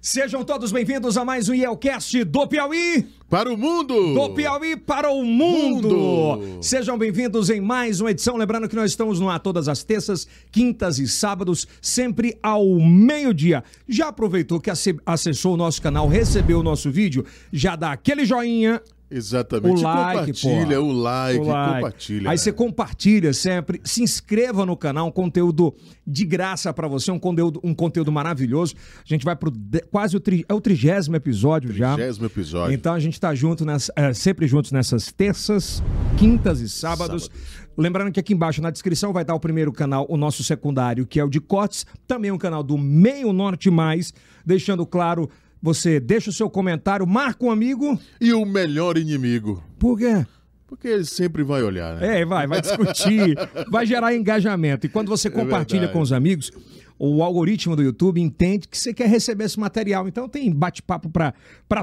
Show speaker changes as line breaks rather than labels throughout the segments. Sejam todos bem-vindos a mais um Yelcast do Piauí.
Para o mundo!
Do Piauí para o mundo.
Oh. Mundo.
Sejam bem-vindos em mais uma edição. Lembrando que nós estamos no ar todas as terças, quintas e sábados, sempre ao meio-dia. Já aproveitou que ace- acessou o nosso canal, recebeu o nosso vídeo, já dá aquele joinha.
Exatamente.
O
E
like,
compartilha,
porra.
o like,
o like.
compartilha.
Aí você
cara.
compartilha sempre, se inscreva no canal, um conteúdo de graça pra você, um conteúdo, um conteúdo maravilhoso. A gente vai pro de- quase o, tri, é o trigésimo episódio já.
Vigésimo episódio.
Então a gente tá junto nessa, é, sempre juntos nessas terças, quintas e sábados. Lembrando que aqui embaixo na descrição vai estar o primeiro canal, o nosso secundário, que é o de Cortes, também um canal do Meio Norte Mais, deixando claro, você deixa o seu comentário, marca um amigo,
E o melhor inimigo.
por quê?
Porque ele sempre vai olhar, né?
É, vai, vai discutir, vai gerar engajamento. E quando você compartilha
É verdade.
com os amigos, o algoritmo do YouTube entende que você quer receber esse material. Então tem bate-papo para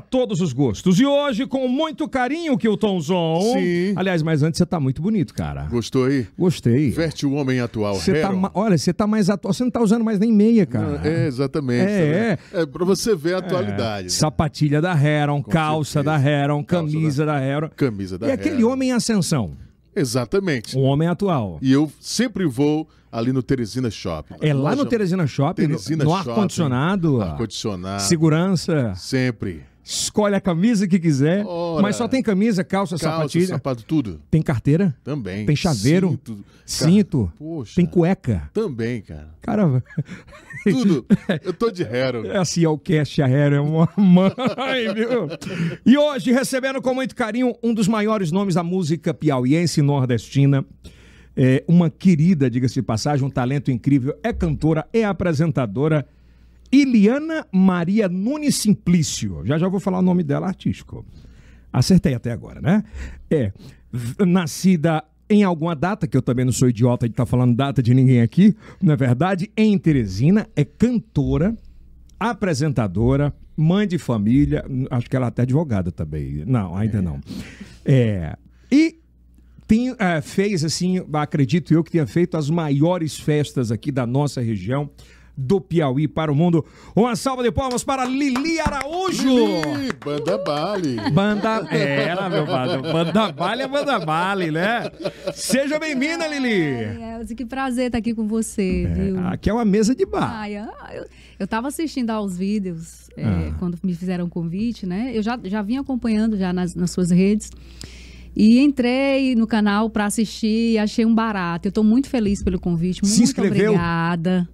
todos os gostos. E hoje, com muito carinho, Kiltonzon.
Sim.
Aliás, mas antes você tá muito bonito, cara.
Gostou aí?
Gostei.
Veste o homem atual,
Você tá,
Heron.
ma- olha, você tá mais atual. Você não tá usando mais nem meia, cara.
É, exatamente.
É,
tá vendo? é. pra você ver a atualidade. né?
Sapatilha da Heron, calça
certeza.
da Heron,
Calça
camisa da, Heron.
Camisa da
E aquele
Heron.
homem em ascensão.
né? Exatamente.
Um homem atual.
E eu sempre vou ali no Teresina Shopping.
É lá
Loja-
no Teresina Shopping,
Teresina
no, no
Shopping,
ar-condicionado,
Ar-condicionado.
segurança,
Sempre.
escolhe a camisa que quiser,
Ora.
mas só tem camisa, calça,
Calça,
sapatilha,
sapato, tudo.
tem carteira,
Também.
tem chaveiro,
Cinto.
cinto,
Cara, poxa.
tem cueca.
Também, cara.
Cara,
Tudo. Eu tô de Heron.
É assim, é o cast a Hera é uma mãe, viu? E hoje, recebendo com muito carinho um dos maiores nomes da música piauiense e nordestina. É uma querida, diga-se de passagem, um talento incrível. É cantora, é apresentadora. Iliana Maria Nunes Simplício. Já já vou falar o nome dela artístico. Acertei até agora, né? É. v- Nascida em alguma data, que eu também não sou idiota de estar falando data de ninguém aqui, não é verdade? Em Teresina, é cantora, apresentadora, mãe de família, n- acho que ela é até advogada também. Não, ainda não. É, e tem, eh, fez, assim, acredito eu que tenha feito as maiores festas aqui da nossa região, do Piauí para o mundo. Uma salva de palmas para Lili Araújo!
Ih, Banda Bali.
Banda. É, ela, meu padrão. Banda Vale é Banda Vale, né? Seja bem-vinda, Lili!
Ai, Elza, que prazer estar aqui com você, viu?
Aqui é uma mesa de bar.
Ai, ai, eu, eu tava assistindo aos vídeos é,
Ah.
quando me fizeram o convite, né? Eu já, já vim acompanhando já nas, nas suas redes. E entrei no canal para assistir e achei um barato. Eu tô muito feliz pelo convite.
Se
muito
inscreveu?
obrigada.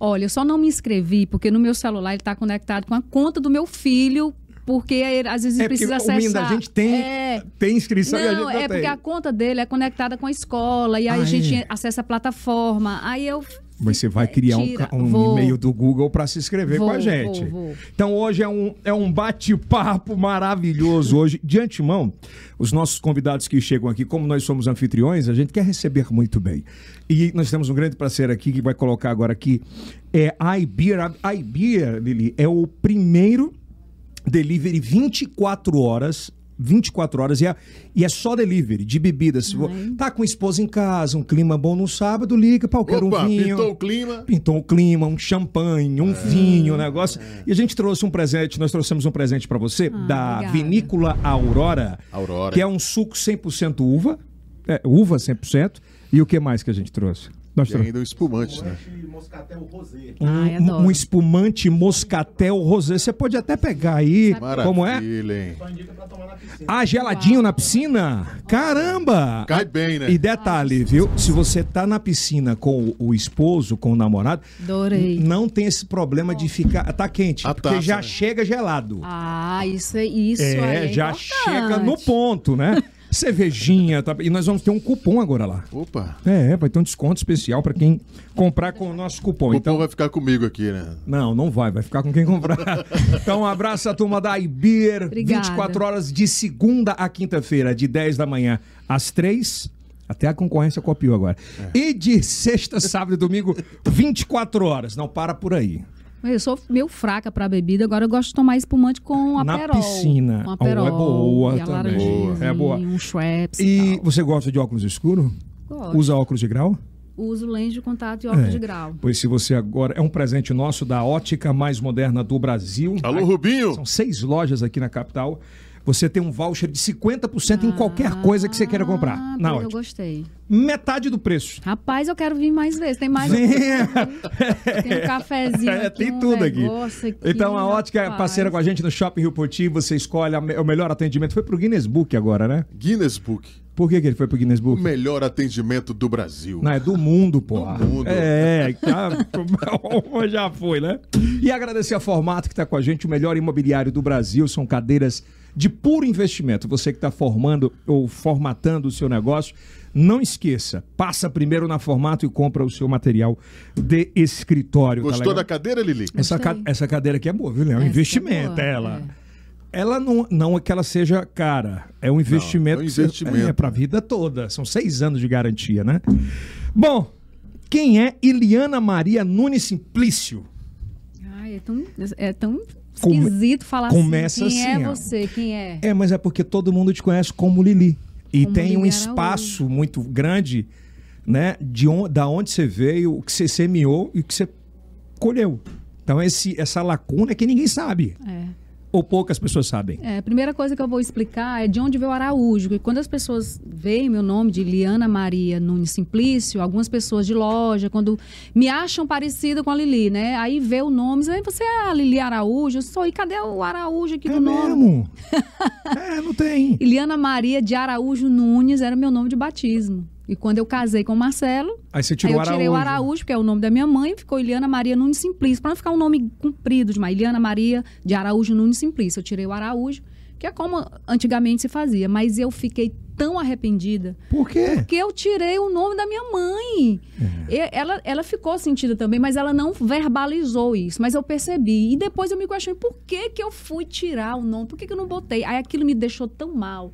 Olha, eu só não me inscrevi porque no meu celular ele tá conectado com a conta do meu filho. Porque ele, às vezes
É porque
precisa
o menino
acessar.
da gente tem,
É.
tem inscrição e a gente
Não,
não
é
tem.
porque a conta dele é conectada com a escola e aí
Ah,
a gente
é?
acessa a plataforma. Aí eu.
Mas você vai criar um,
É, Tira,
ca- um
vou.
e-mail do Google para se inscrever
Vou,
com a gente.
vou, vou.
Então hoje é um, é um bate-papo maravilhoso. Hoje, de antemão, os nossos convidados que chegam aqui, como nós somos anfitriões, a gente quer receber muito bem. E nós temos um grande parceiro aqui que vai colocar agora aqui. É a Ibira. A Ibira, Lili, é o primeiro delivery 24 horas. 24 horas e é, e é só delivery de bebidas. Se vo- Tá com a esposa em casa, um clima bom no sábado, liga, pau, quero
Opa, então
um vinho.
pintou o clima.
Pintou um clima, um champanhe, um vinho, um negócio. E a gente trouxe um presente, nós trouxemos um presente pra você da
Ah, obrigada.
Vinícola Aurora,
Aurora.
que é um suco 100% uva, é, uva 100%. E o que mais que a gente trouxe? Nós
E
trouxemos
ainda um espumante, né?
um,
Ai, adoro.
um espumante moscatel rosé. Você pode até pegar aí,
Maravilha,
como é?
hein?
Ah, geladinho na piscina? Caramba!
Cai bem, né?
E detalhe, viu? Se você tá na piscina com o esposo, com o namorado,
Adorei.
não tem esse problema de ficar. Tá quente,
A
porque
taça,
já
né?
chega gelado.
Ah, isso é isso aí.
é,
é
já
importante.
chega no ponto, né? Cervejinha, tá? E nós vamos ter um cupom agora lá.
Opa.
É, é, vai ter um desconto especial pra quem comprar com o nosso cupom.
O
Então,
povo vai ficar comigo aqui, né?
não, não vai, vai ficar com quem comprar. Então, um abraço à turma da Ibeer.
Obrigada.
24 horas de segunda a quinta-feira, de 10 da manhã às 3. Até a concorrência copiou agora.
É.
E de sexta, sábado e domingo, 24 horas. Não para por aí.
Eu sou meio fraca pra bebida, agora eu gosto de tomar espumante com
Na
aperol.
piscina.
Com
Oh, é
aperol.
boa
e a
também.
laranjinha,
É boa.
Um Schweppes e
E
tal.
você gosta de óculos escuro?
Gosto.
Usa óculos de grau?
uso lente de contato e
É.
óculos de grau.
Pois se você agora. É um presente nosso da ótica mais moderna do Brasil.
Alô, Rubinho!
São seis lojas aqui na capital. Você tem um voucher de 50% em qualquer coisa que você queira comprar.
Ah,
Na
pois Ah, eu
ótica.
gostei.
Metade do preço.
Rapaz, eu quero vir mais vezes. Tem mais. Tem um cafezinho.
É,
aqui,
tem
um
tudo aqui.
negócio aqui, um
Então a ótica é
rapaz.
parceira com a gente no Shopping Rio Poti, você escolhe a me- o melhor atendimento. Foi pro Guinness Book agora, né?
Guinness Book.
Por que, que ele foi pro Guinness
O
Book?
melhor atendimento do Brasil.
Não, é do mundo, porra.
mundo.
É, tá, já foi, né? E agradecer a Formato que tá com a gente, o melhor imobiliário do Brasil. São cadeiras de puro investimento. Você que está formando ou formatando o seu negócio, não esqueça, passa primeiro na Formato e compra o seu material de escritório. tá
Gostou
legal?
da cadeira, Lili?
Essa, ca-
Gostei.
essa cadeira aqui é boa, viu, Léo? É um
Essa é
investimento,
boa,
ela.
é.
Ela não, não é que ela seja cara, é um investimento.
é um
que você-
investimento.
é para a vida toda. São seis anos de garantia, né? Bom, quem é Iliana Maria Nunes Simplício?
Ai, é tão, é tão
Come-
esquisito falar
começa
assim. Quem
assim,
é
ó.
você? Quem é?
É, mas é porque todo mundo te conhece como Lili. E
Como
tem um
Lili
espaço muito grande, né? De on, da onde você veio, o que você semeou e o que você colheu. Então, esse, essa lacuna é que ninguém sabe.
É.
Ou poucas pessoas sabem.
É, a primeira coisa que eu vou explicar é de onde veio o Araújo. E quando as pessoas veem meu nome de Liana Maria Nunes Simplício, algumas pessoas de loja, quando me acham parecida com a Lili, né? Aí vê o nome, dizem, você é a Lili Araújo? Eu sou. E cadê o Araújo aqui
É
do nome?
mesmo? é, não tem.
Iliana Maria de Araújo Nunes era meu nome de batismo. E quando eu casei com o Marcelo,
Aí você
aí
tirou
eu tirei o Araújo, que é o nome da minha mãe, e ficou Iliana Maria Nunes Simplício, para não ficar um nome comprido demais. Iliana Maria de Araújo Nunes Simplício. Eu tirei o Araújo, que é como antigamente se fazia, mas eu fiquei tão arrependida
Por quê?
porque eu tirei o nome da minha mãe. E- Ela, ela ficou sentida também, mas ela não verbalizou isso. Mas eu percebi. E depois eu me questionei, por que, que eu fui tirar o nome? Por que, que eu não botei? Aí aquilo me deixou tão mal.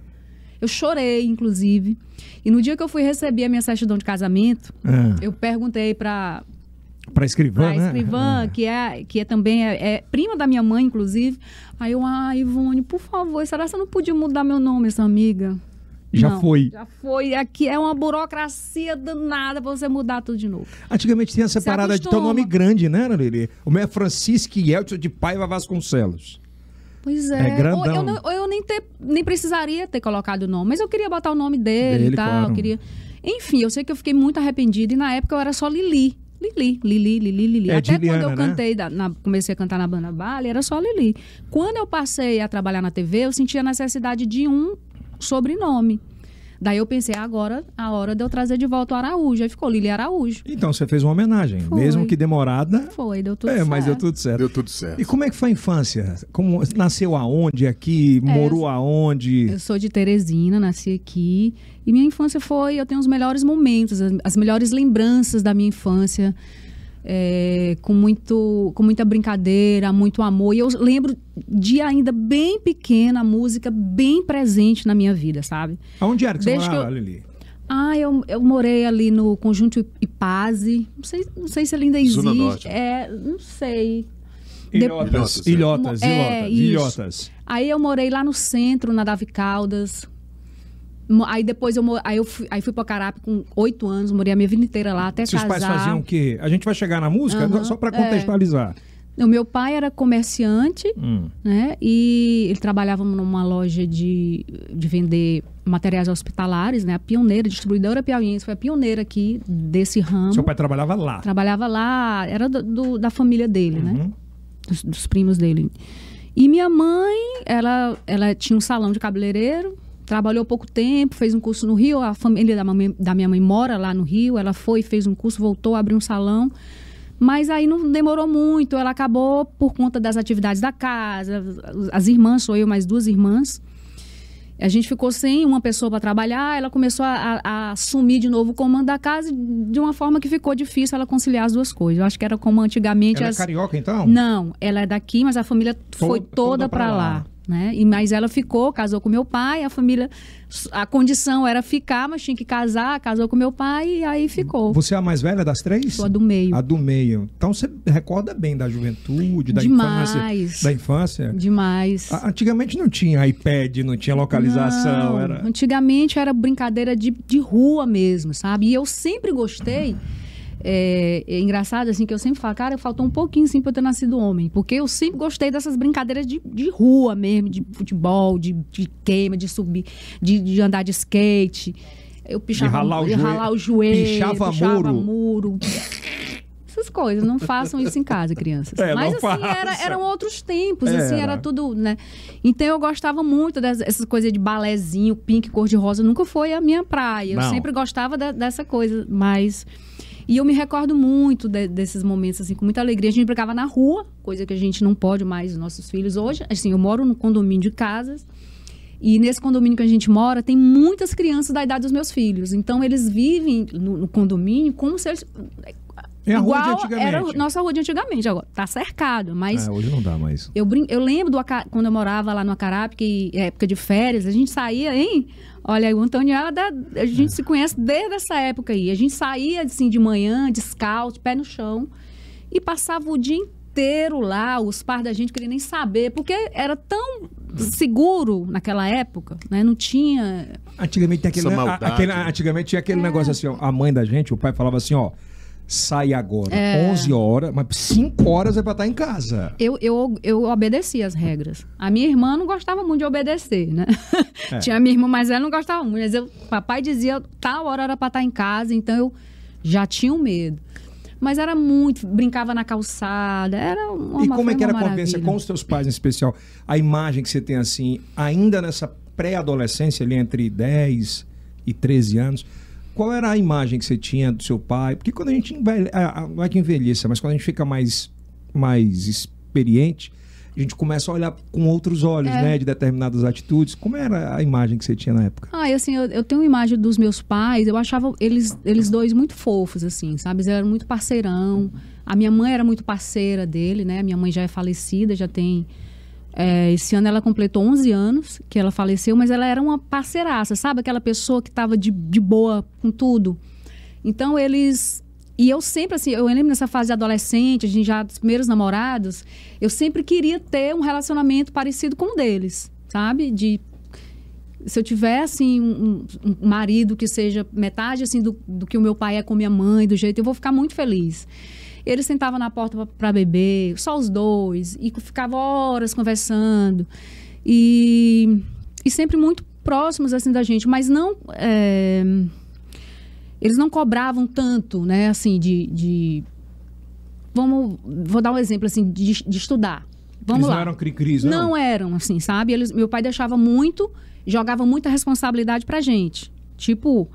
Eu chorei, inclusive. E no dia que eu fui receber a minha certidão de casamento,
Ah,
eu perguntei para
pra escrivã,
a
né?
escrivã, que é, que é também é, é prima da minha mãe, inclusive. Aí eu, ah, Ivone, por favor, será que você não podia mudar meu nome, essa amiga?
Já
Não,
foi.
Já foi. Aqui é uma burocracia danada pra você mudar tudo de novo.
Antigamente tinha essa
Se
parada de ter um
acostuma.
nome grande, né, Lili? O meu é Francisco Yeltsin de Paiva Vasconcelos.
Pois
É
é.
grandão.
ou eu, não- ou eu nem, ter- nem precisaria ter colocado o nome, mas eu queria botar o nome dele
Dele,
e tal.
claro.
eu queria... Enfim, eu sei que eu fiquei muito arrependida e na época eu era só Lili. Lili, Lili, Lili, Lili.
É
Até
de Liana,
quando eu
né?
cantei, da- na- comecei a cantar na banda Bale, era só Lili. Quando eu passei a trabalhar na TV, eu senti a necessidade de um sobrenome. Daí eu pensei, agora a hora de eu trazer de volta o Araújo. Aí ficou Lili Araújo.
Então você fez uma homenagem,
Foi.
mesmo que demorada.
Foi, deu tudo
é,
certo.
mas deu tudo certo.
Deu tudo certo.
E como é que foi a infância? Como nasceu aonde aqui?
É.
morou aonde?
Eu sou de Teresina, nasci aqui. E minha infância foi. Eu tenho os melhores momentos, as, as melhores lembranças da minha infância. é, com, muito, com muita brincadeira, muito amor. E eu lembro de ainda bem pequena, a música bem presente na minha vida, sabe?
Aonde era que você
Desde
morava,
que
Lili?
Ah, eu, eu morei ali no Conjunto Ipaze. Não sei, não sei se ele ainda existe.
Zona Norte.
É, não sei.
Ilhotas, Ilhotas,
Ilhotas, é.
É,
Ilhotas,
isso.
Ilhotas.
Aí eu morei lá no centro, na Davi Caldas. Mo- Aí depois eu, mo- aí eu fui, aí fui pra Carape com oito anos, morei a minha vida inteira lá até
Seus
casar.
pais faziam o quê? A gente vai chegar na música
é Aham,
só pra
é.
contextualizar.
O meu pai era comerciante,
Hum.
né? E ele trabalhava numa loja de, de vender materiais hospitalares, né? A pioneira, distribuidora piauiense, foi a pioneira aqui desse ramo.
Hum. Seu pai trabalhava lá.
Trabalhava lá, era do- do- da família dele, né?
Uhum.
dos, dos primos dele. E minha mãe, ela, ela tinha um salão de cabeleireiro, trabalhou pouco tempo, fez um curso no Rio, a família da, mamãe- da minha mãe mora lá no Rio, ela foi, fez um curso, voltou, abriu um salão. Mas aí não demorou muito, ela acabou por conta das atividades da casa, as irmãs, sou eu mais duas irmãs. A gente ficou sem uma pessoa para trabalhar, ela começou a, a- a assumir de novo o comando da casa de uma forma que ficou difícil ela conciliar as duas coisas. Eu acho que era como antigamente
Ela é
as,
carioca, então?
não, ela é daqui, mas a família foi
toda
toda
pra
para lá.
lá.
Né? E, mas ela ficou, casou com meu pai, a família. A condição era ficar, mas tinha que casar, casou com meu pai e aí ficou.
Você é a mais velha das três?
Sou a do meio.
A do meio. Então você recorda bem da juventude, da
Demais.
infância. Da infância.
Demais.
A- Antigamente não tinha iPad, não tinha localização.
Não,
Era...
Antigamente era brincadeira de, de rua mesmo, sabe? E eu sempre gostei é, é engraçado, assim, que eu sempre falo, cara, faltou um pouquinho, sim, pra eu ter nascido homem. Porque eu sempre gostei dessas brincadeiras de, de rua mesmo, de futebol, de, de queima, de subir, de, de andar de skate. Eu pichava,
ralar o
eu ralar o joelho,
Pichava muro.
muro. Essas coisas, não façam isso em casa, crianças.
É,
Mas
não
assim, era-
faça. É,
eram outros tempos, assim,
Era.
era tudo, né? Então eu gostava muito dessas essas coisas de balézinho, pink, cor-de-rosa, nunca foi a minha praia.
Não.
Eu sempre gostava da- dessa coisa, mas. E eu me recordo muito de- desses momentos, assim, com muita alegria. A gente brincava na rua, coisa que a gente não pode mais, os nossos filhos hoje. Assim, eu moro num condomínio de casas. E nesse condomínio que a gente mora, tem muitas crianças da idade dos meus filhos. Então, eles vivem no, no condomínio como se eles.
É a rua de
igual
antigamente.
Era a nossa rua de antigamente. Agora, tá cercado, mas.
É, hoje não dá mais.
Eu, brin... eu lembro do Aca- quando eu morava lá no Acarape, época de férias, a gente saía, hein? Olha, aí, o Antônio era da... a gente se conhece desde essa época aí. A gente saía assim de manhã, descalço, pé no chão, e passava o dia inteiro lá, os pais da gente queriam nem saber, porque era tão seguro naquela época, né? Não tinha
Antigamente tem aquele,
Essa
a-
maldade.
aquele- antigamente tinha
É.
aquele negócio assim, ó, a mãe da gente, o pai falava assim, ó, sai agora,
É.
11 horas, mas 5 horas é pra estar em casa.
Eu, eu, eu obedeci as regras. A minha irmã não gostava muito de obedecer, né?
É.
Tinha a minha irmã, mas ela não gostava muito. Mas eu, papai dizia tal hora era pra estar em casa, então eu já tinha um medo. Mas era muito, brincava na calçada, era uma
e como é
foi
que era a
uma
convivência
maravilha.
com os teus pais, em especial? A imagem que você tem, assim, ainda nessa pré-adolescência, ali entre 10 e 13 anos, qual era a imagem que você tinha do seu pai? Porque quando a gente envelhe... ah, ah, não é que envelheça, mas quando a gente fica mais, mais experiente, a gente começa a olhar com outros olhos,
É.
né? De determinadas atitudes. Como era a imagem que você tinha na época?
Ah, e assim, eu, eu tenho uma imagem dos meus pais, eu achava eles, eles dois muito fofos, assim, sabe? Eles eram muito parceirão. A minha mãe era muito parceira dele, né? Minha mãe já é falecida, já tem. é, esse ano ela completou 11 anos que ela faleceu, mas ela era uma parceiraça, sabe? Aquela pessoa que tava de, de boa com tudo. Então eles. E eu sempre, assim, eu lembro nessa fase de adolescente, a gente já, dos primeiros namorados, eu sempre queria ter um relacionamento parecido com o deles, sabe? De se eu tivesse assim, um, um- um marido que seja metade assim do, do que o meu pai é com minha mãe, do jeito, eu vou ficar muito feliz. Ele sentava na porta para beber, só os dois, e ficava horas conversando. E, e sempre muito próximos assim da gente, mas não é, eles não cobravam tanto, né, assim de, de- vamos, vou dar um exemplo assim de, de estudar. Vamos
Eles
lá.
não eram cri-cris, não?
Não eram, assim, sabe? Eles- meu pai deixava muito, jogava muita responsabilidade pra gente. Tipo,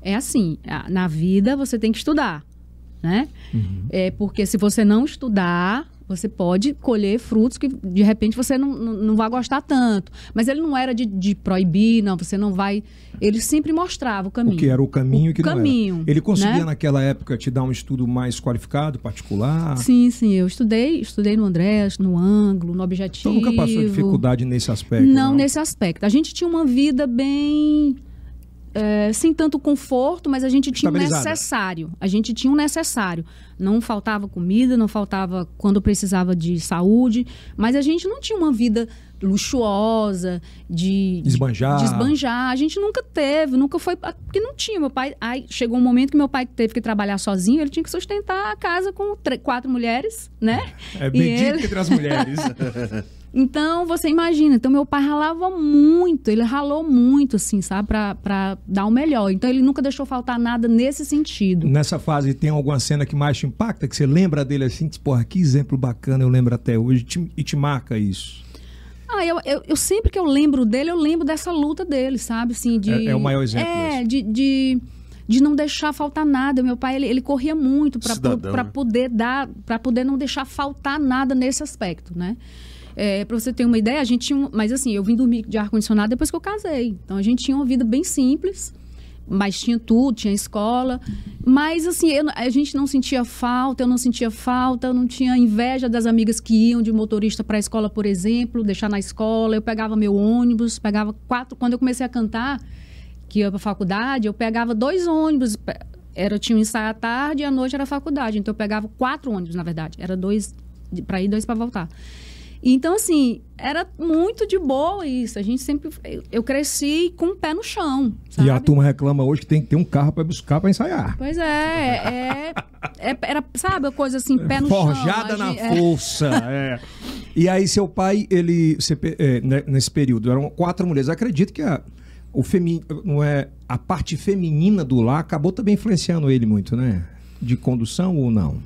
é assim, a- na vida você tem que estudar, né?
Uhum.
É porque se você não estudar, você pode colher frutos que de repente você não, não, não vai gostar tanto. Mas ele não era de, de proibir, não, você não vai. Ele sempre mostrava o caminho.
O que era o caminho e
é O
que não
caminho,
era. Ele conseguia
né?
naquela época te dar um estudo mais qualificado, particular?
Sim, sim, eu estudei, estudei no Andrés, no ângulo, no objetivo.
Então nunca passou dificuldade nesse aspecto?
Não, nesse aspecto. A gente tinha uma vida bem. é, sem tanto conforto, mas a gente tinha o
Estabilizada.
necessário. A gente tinha o necessário. Não faltava comida, não faltava quando precisava de saúde, mas a gente não tinha uma vida luxuosa, de. de-
Esbanjar.
de esbanjar. A gente nunca teve, nunca foi. ah, Porque não tinha. Meu pai. Aí chegou um momento que meu pai teve que trabalhar sozinho, ele tinha que sustentar a casa com tre- quatro mulheres, né?
É
E ele-
bendito entre as mulheres.
Então, você imagina. Então, meu pai ralava muito. Ele ralou muito, assim, sabe? Pra, pra dar o melhor. Então, ele nunca deixou faltar nada nesse sentido.
Nessa fase, tem alguma cena que mais te impacta? Que você lembra dele assim? Diz, porra, que exemplo bacana, eu lembro até hoje. te- e te marca isso.
Ah, eu, eu, eu sempre que eu lembro dele, eu lembro dessa luta dele, sabe? Assim, de...
É- é o maior exemplo
É, de... de... De não deixar faltar nada. Meu pai, ele, ele corria muito
Cidadão,
para
né?
poder dar, para poder não deixar faltar nada nesse aspecto, né? É, para você ter uma ideia, a gente tinha. um- Mas assim, eu vim dormir de ar-condicionado depois que eu casei. Então a gente tinha uma vida bem simples, mas tinha tudo, tinha escola. Mas assim, eu não- a gente não sentia falta, eu não sentia falta, eu não tinha inveja das amigas que iam de motorista para a escola, por exemplo, deixar na escola. Eu pegava meu ônibus, pegava quatro. Quando eu comecei a cantar, que ia para faculdade, eu pegava dois ônibus. pe- Era, tinha um ensaio à tarde e à noite era faculdade. Então eu pegava quatro ônibus, na verdade. Era dois para ir, dois para voltar. Então, assim, era muito de boa isso. A gente sempre. Eu, eu cresci com o pé no chão. Sabe?
E a turma reclama hoje que tem que ter um carro pra buscar pra ensaiar.
Pois é, é, é- era, sabe, a coisa assim, pé no
Forjada
chão.
na
a gente- é.
força. é. E aí, seu pai, ele. você pe- é, né, nesse período, eram quatro mulheres. Acredito que a, o femi, não é, a parte feminina do lar acabou também influenciando ele muito, né? De condução ou não?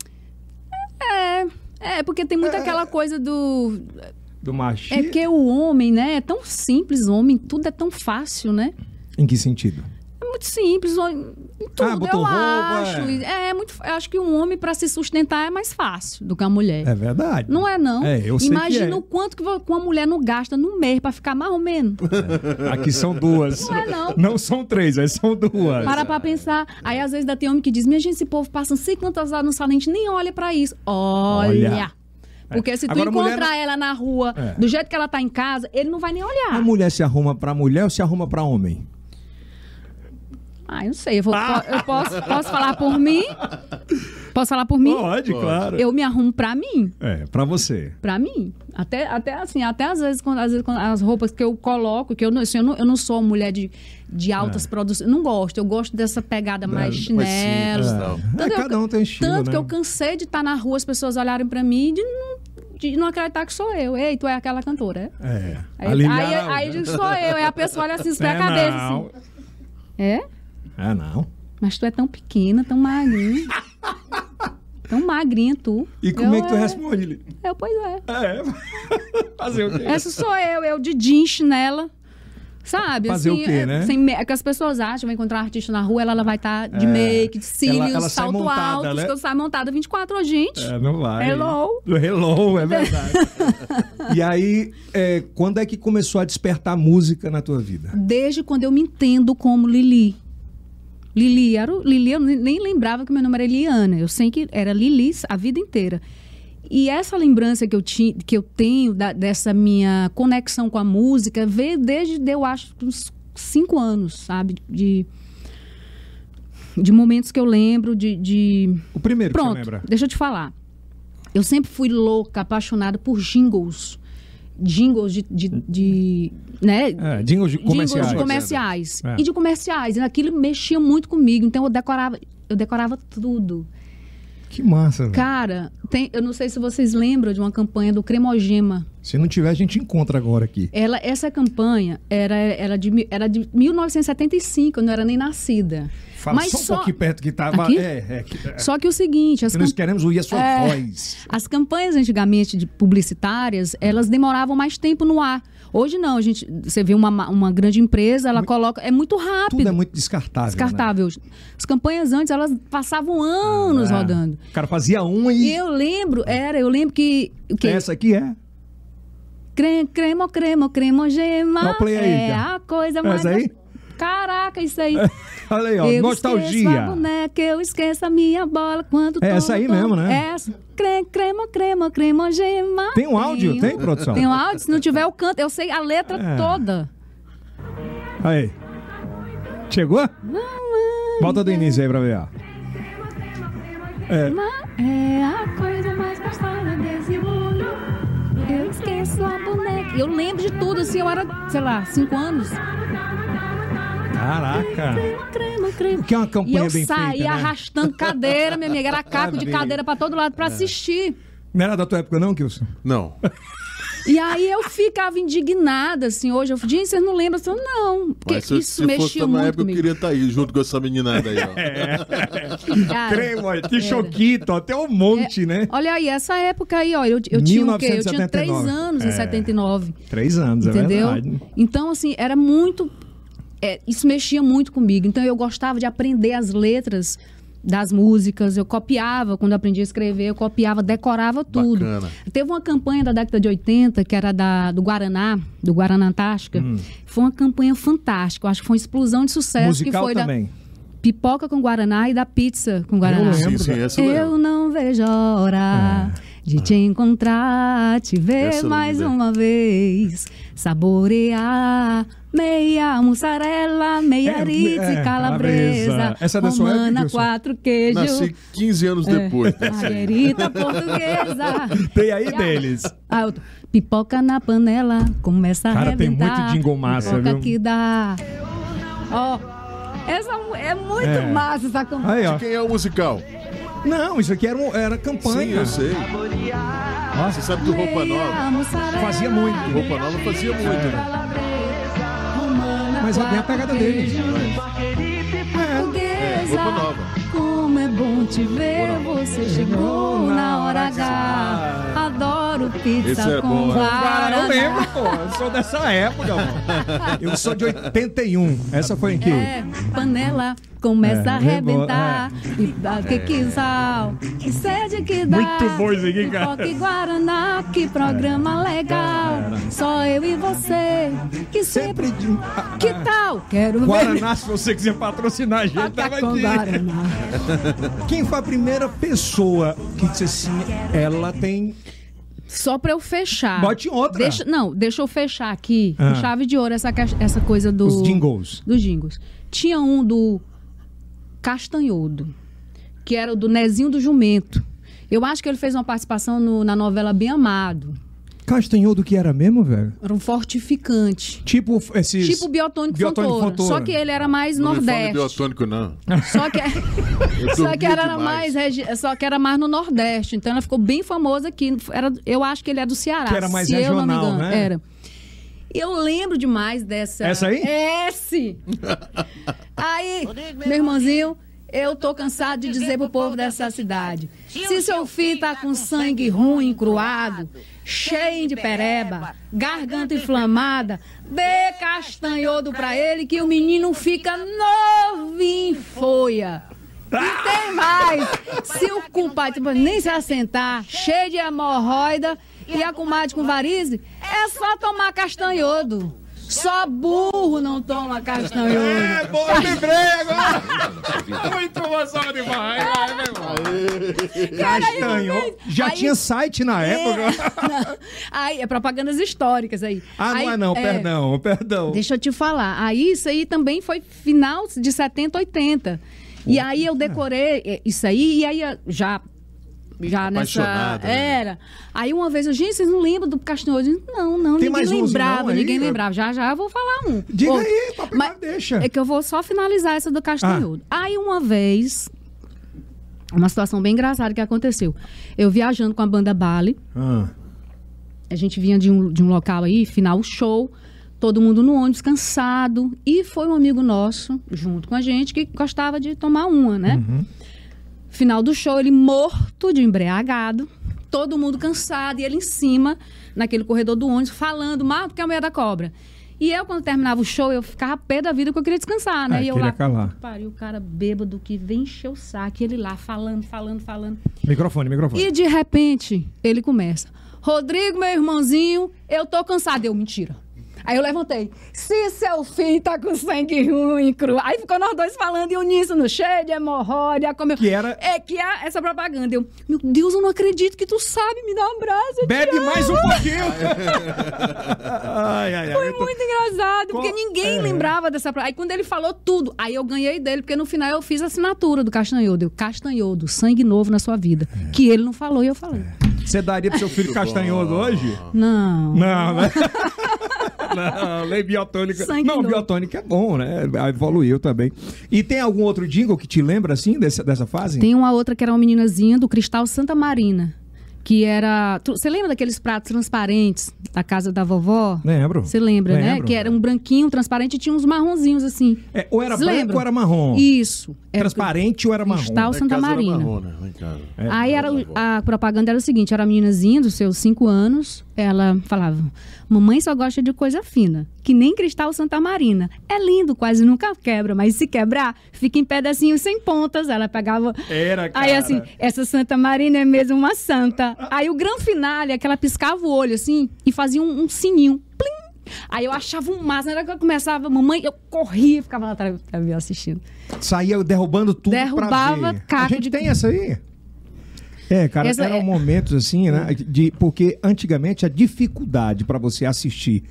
É, porque tem muito aquela coisa do.
Do machismo.
É porque o homem, né? É tão simples, o homem, tudo é tão fácil, né?
Em que sentido?
É muito simples. o homem- em Tudo,
Ah, botou
eu
roupa,
acho.
é.
É, é muito. Eu acho que um homem, pra se sustentar, é mais fácil do que a mulher.
É verdade.
Não é, não.
É, eu sei que
Imagina
é.
o quanto que vo- que uma mulher não gasta no mês pra ficar mais ou menos.
Aqui são duas.
Não é, não.
Não são três, mas são duas.
Para pra pensar. Aí às vezes ainda tem homem que diz: Minha gente, esse povo passa não sei quantas horas no salão, a gente nem olha pra isso. Olha!
Olha. É.
Porque se tu
Agora, a mulher
encontrar ela na rua,
É.
do jeito que ela tá em casa, ele não vai nem
A
olhar.
mulher se arruma pra mulher ou se arruma pra homem?
Ah, eu não sei. Eu, vou- po- eu posso, posso falar por mim? Posso falar por mim?
Pode, claro.
Eu me arrumo pra mim.
É, pra você.
Pra mim. Até, até assim, até às vezes, quando, às vezes quando as roupas que eu coloco, que eu não, assim, eu não, eu não sou mulher de, de altas
É.
produções. Não gosto. Eu gosto dessa pegada mais
mais
chinelo.
simples, não.
Né, É,
Tanto eu-
cada um tem estilo,
Tanto
né?
que eu cansei de estar na rua, as pessoas olharem pra mim e de não, de não acreditar que sou eu. Ei, tu é aquela cantora, é?
É.
Aí,
A Lilian
aí,
Araújo.
aí eu digo, sou eu. Aí a pessoa olha assim, espera a cabeça.
não.
Assim. É?
É, não.
Mas tu é tão pequena, tão magrinha. tão magrinha tu.
E como
Eu,
é que tu responde, Lili?
Eu, pois é.
É. Fazer o quê?
Essa sou eu, eu de jeans nela. Sabe?
Fazer o
assim,
quê,
é-
né?
Sem me... é que as pessoas acham, vai encontrar um artista na rua, ela, ela vai estar de make, de cílios,
É. ela sai
salto
montada,
alto,
né?
que eu saio montada 24 horas, gente.
É, não vai.
Hello.
Hello, é verdade. e aí, é, quando é que começou a despertar a música na tua vida?
Desde quando eu me entendo como Lili. Lili, era o, Lili, eu nem- nem lembrava que meu nome era Eliana. Eu sei que era Lili a vida inteira. E essa lembrança que eu, ti, que eu tenho da- dessa minha conexão com a música veio desde, de, eu acho, que uns cinco anos, sabe? De, de momentos que eu lembro, de- de
O primeiro que
Pronto,
você lembra?
deixa eu te falar. Eu sempre fui louca, apaixonada por jingles. Jingles de. de, de, né?
É, jingles de comerciais.
Jingles de comerciais.
É.
E de comerciais. E aquilo mexia muito comigo. Então eu decorava, eu decorava tudo.
Que massa, né?
Cara, tem, eu não sei se vocês lembram de uma campanha do Cremogema.
Se não tiver, a gente encontra agora aqui.
Ela, essa campanha era, era, de, mi- era de 1975, eu não era nem nascida.
Fala
Mas
só um
só-
pouquinho perto que tava.
Aqui?
É, é, que- é.
Só que o seguinte, as
Que Nós queremos ouvir a sua
É.
voz.
As campanhas antigamente de publicitárias, elas demoravam mais tempo no ar. Hoje não, a gente, você vê uma, ma- uma grande empresa, ela coloca, é muito rápido,
Tudo é muito descartável.
descartável. As campanhas antes, elas passavam
né?
anos
É.
rodando.
O cara fazia um
E
e.
eu lembro, era, eu lembro que o que
Essa aqui é.
Cre, cremo, cremo, cremogema.
Dá play aí,
é
cara.
a coisa
Essa
mais
aí?
Caraca, isso aí.
Olha aí, ó.
eu esqueço a
nostalgia.
boneca, eu esqueço a minha bola quando
É essa aí mesmo, né?
Essa. Cre, cremo, cremo, cremogema.
Tem um áudio? Tem, produção?
Tem um áudio? Se não tiver, eu canto. Eu sei a letra
É.
toda.
Aí. Chegou? Volta do início aí pra ver, ó.
É a coisa mais gostosa desse mundo. Eu esqueço a boneca. Eu lembro de tudo, assim, eu era, sei lá, cinco anos.
Caraca.
Crema, crema, crema.
Que é uma
E
campanha
eu
bem
saía
feita, né?
arrastando cadeira, minha amiga. Era caco de
Maravilha.
cadeira pra todo
É.
lado pra assistir.
Não era da tua época não, Kilson?
Não.
E aí eu ficava indignada, assim, hoje. Eu falei, gente, vocês não lembram? Eu falei, não. Porque
Mas se,
isso
se fosse
mexia
na minha
muito
época, eu
comigo.
queria estar aí junto com essa meninada aí,
É,
ó.
Cara,
Crema, Tichoquito, até um
É,
monte, né?
Olha aí, essa época aí, ó, eu, eu tinha o quê? Eu tinha
1979.
três anos
É.
em 79.
Três anos,
Entendeu?
é verdade.
Então, assim, era muito. é, isso mexia muito comigo. Então, eu gostava de aprender as letras das músicas. Eu copiava, quando eu aprendi a escrever, eu copiava, decorava tudo.
Bacana.
Teve uma campanha da década de 80, que era da, do Guaraná, do Guaraná Antártica.
Hum.
Foi uma campanha fantástica. Eu acho que foi uma explosão de sucesso. que
Musical
foi
também.
da pipoca com Guaraná e da pizza com Guaraná.
lembro.
Sim, sim, essa eu
Eu
lembro.
É.
não vejo a hora de
Ah.
te encontrar, te ver
Essa eu
mais
lembro.
uma vez, saborear meia mussarela, meia
É,
rizza e
é,
calabresa,
calabresa. Essa é da sua época,
romana,
Gilson?
quatro queijos,
Nasci 15 anos
É.
depois. dessa aí.
marguerita portuguesa.
Tem aí
E a-
deles.
Ah, eu tô- Pipoca na panela, começa a
Cara, tem
arrebentar.
muito jingle massa,
Pipoca
viu?
que dá. Ó, essa mu- é muito
É.
massa essa campanha.
Aí, ó.
Quem é o musical?
Não, isso aqui era, um- era
Sim,
campanha.
eu sei. Você sabe que o Roupa Nova,
Fazia muito.
Roupa Nova fazia muito,
É.
né?
Mas é a pegada deles.
É,
É.
Roupa Nova.
Como é bom te ver, você chegou na hora H. Adoro
Esse
pizza
é
com
bom, né?
Cara, eu
guaraná.
lembro, pô. Eu sou dessa época, mano. Eu sou de 81. Essa foi em que?
É, panela começa
É,
a arrebentar. E dá que que sal, que sede que dá.
Muito bom isso aqui, cara. É.
Pipoca e Guaraná, que programa legal. Só eu e você, que sempre.
Sempre de... Ah,
Que tá tal? Quero ver.
Guaraná, se você quiser patrocinar a gente,
Pipoca
tava
com
aqui.
Guaraná.
Quem foi a primeira pessoa que disse assim, ela tem...
Só pra eu fechar.
Bote outra.
Deixa, não, deixa eu fechar aqui.
Ah.
com Chave de ouro, essa, caixa- essa coisa do.
Os jingles.
Dos jingles. Tinha um do Castanhodo, que era o do Nezinho do Jumento. Eu acho que ele fez uma participação no- na novela Bem Amado.
Castanhudo que era mesmo, velho?
Era um fortificante.
Tipo esses...
Tipo biotônico,
Biotônico
Fontoura.
Fontoura.
Só que ele era mais
Não me fala de
nordeste.
biotônico, não.
Só que,
Eu
só que
dormia
era
demais.
mais regi- só que era mais no nordeste. Então ela ficou bem famosa aqui. Era, eu acho que ele é do Ceará.
Que era mais
se eu não me
regional,
engano.
né?
Era. E Eu lembro demais dessa. É
Essa aí?
Esse! Aí, meu irmãozinho, eu tô cansado de dizer pro povo dessa cidade. Se seu filho tá com sangue ruim, cruado, cheio de pereba, garganta inflamada, dê castanhodo pra ele que o menino fica novinho em folha. E tem mais! Se o compadre nem se assentar, cheio de hemorroida e a comadre com varize, é só tomar castanhodo. Só burro não toma castanhodo.
É, boa, lembrei agora! Muito boa, salva de vai, vai, vai, vai. Castanho. Já
Aí- É.
tinha site na época.
Não. Aí, é propagandas históricas aí.
Ah,
Aí,
não é não,
é,
perdão, perdão.
Deixa eu te falar. Aí isso aí também foi final de 70, 80. E aí eu decorei é, isso aí, e aí eu já. Já nessa.
Apaixonada, né?
Era. Aí uma vez eu, gente, vocês não lembram do Castinho? Eu disse, Não, não,
Tem mais
ninguém
umzinho
lembrava,
não aí?
ninguém lembrava. Já, já eu vou falar um.
Diga
Outro.
aí, papai,
Mas-
deixa. Ah.
É que eu vou só finalizar essa do Castanhudo. Aí uma vez, uma situação bem engraçada que aconteceu. Eu viajando com a banda Bali,
Ah.
a gente vinha de um, de um local aí, final o show, todo mundo no ônibus, cansado. E foi um amigo nosso, junto com a gente, que gostava de tomar uma, né?
Uhum.
Final do show, ele morto de embriagado, todo mundo cansado, e ele em cima, naquele corredor do ônibus, falando, mato que é a mulher da cobra. E eu, quando terminava o show, eu ficava pé da vida porque eu queria descansar, né?
É,
e eu
queria
lá,
calar.
"Puta que pariu, o cara bêbado que vem encher o saco, e ele lá falando, falando, falando.
Microfone, microfone.
E de repente, ele começa: Rodrigo, meu irmãozinho, eu tô cansado. Eu, mentira. Aí eu levantei. Se seu filho tá com sangue ruim, cru. Aí ficou nós dois falando em uníssono, cheio de hemorroida. Como eu-
Que era-
É que é essa propaganda. Eu, meu Deus, eu não acredito que tu sabe. Me dá um abraço. eu te
Bebe
amo."
mais um pouquinho. ai, ai, ai. eu tô-
Muito engraçado, porque
Qual-
ninguém
É.
lembrava dessa. pro- Aí quando ele falou tudo, aí eu ganhei dele, porque no final eu fiz a assinatura do Castanhodo. Eu, Castanhodo, sangue novo na sua vida.
É.
Que ele não falou e eu falei.
Você daria pro seu filho castanhoso hoje?
Não.
Não, né? Não, lei biotônica.
Sangue
não,
novo.
biotônica é bom, né? Evoluiu também. E tem algum outro jingle que te lembra, assim, dessa, dessa fase?
Tem uma outra que era uma meninazinha do Cristal Santa Marina. Que era. tu- Você lembra daqueles pratos transparentes da casa da vovó?
Lembro.
Você lembra, né?
Lembro.
Que era um branquinho, transparente e tinha uns marronzinhos assim.
É, ou era
Vocês
branco
lembram?
ou era marrom?
Isso. Era o
Transparente É, ou era marrom?
é, Cristal
Lá em
Santa
casa era
Marina. É um
marrom, né? Lá em casa.
Aí era,
Era
o- a propaganda era o seguinte: era a meninazinha dos seus cinco anos. Ela falava: Mamãe só gosta de coisa fina, que nem cristal Santa Marina. É lindo, quase nunca quebra, mas se quebrar, fica em pedacinhos sem pontas. Ela pegava.
Era,
Aí
cara.
assim, essa Santa Marina é mesmo uma santa. Aí o gran finale é que ela piscava o olho assim e fazia um, um sininho. Plim! Aí eu achava um massa, na hora que eu começava, mamãe, eu corria, ficava lá atrás pra ver assistindo.
Saía derrubando tudo
Derrubava
pra ver.
caco
A gente
de-
tem essa aí? É, cara,
Essa
eram
é-
momentos assim, né? De, porque antigamente a dificuldade para você assistir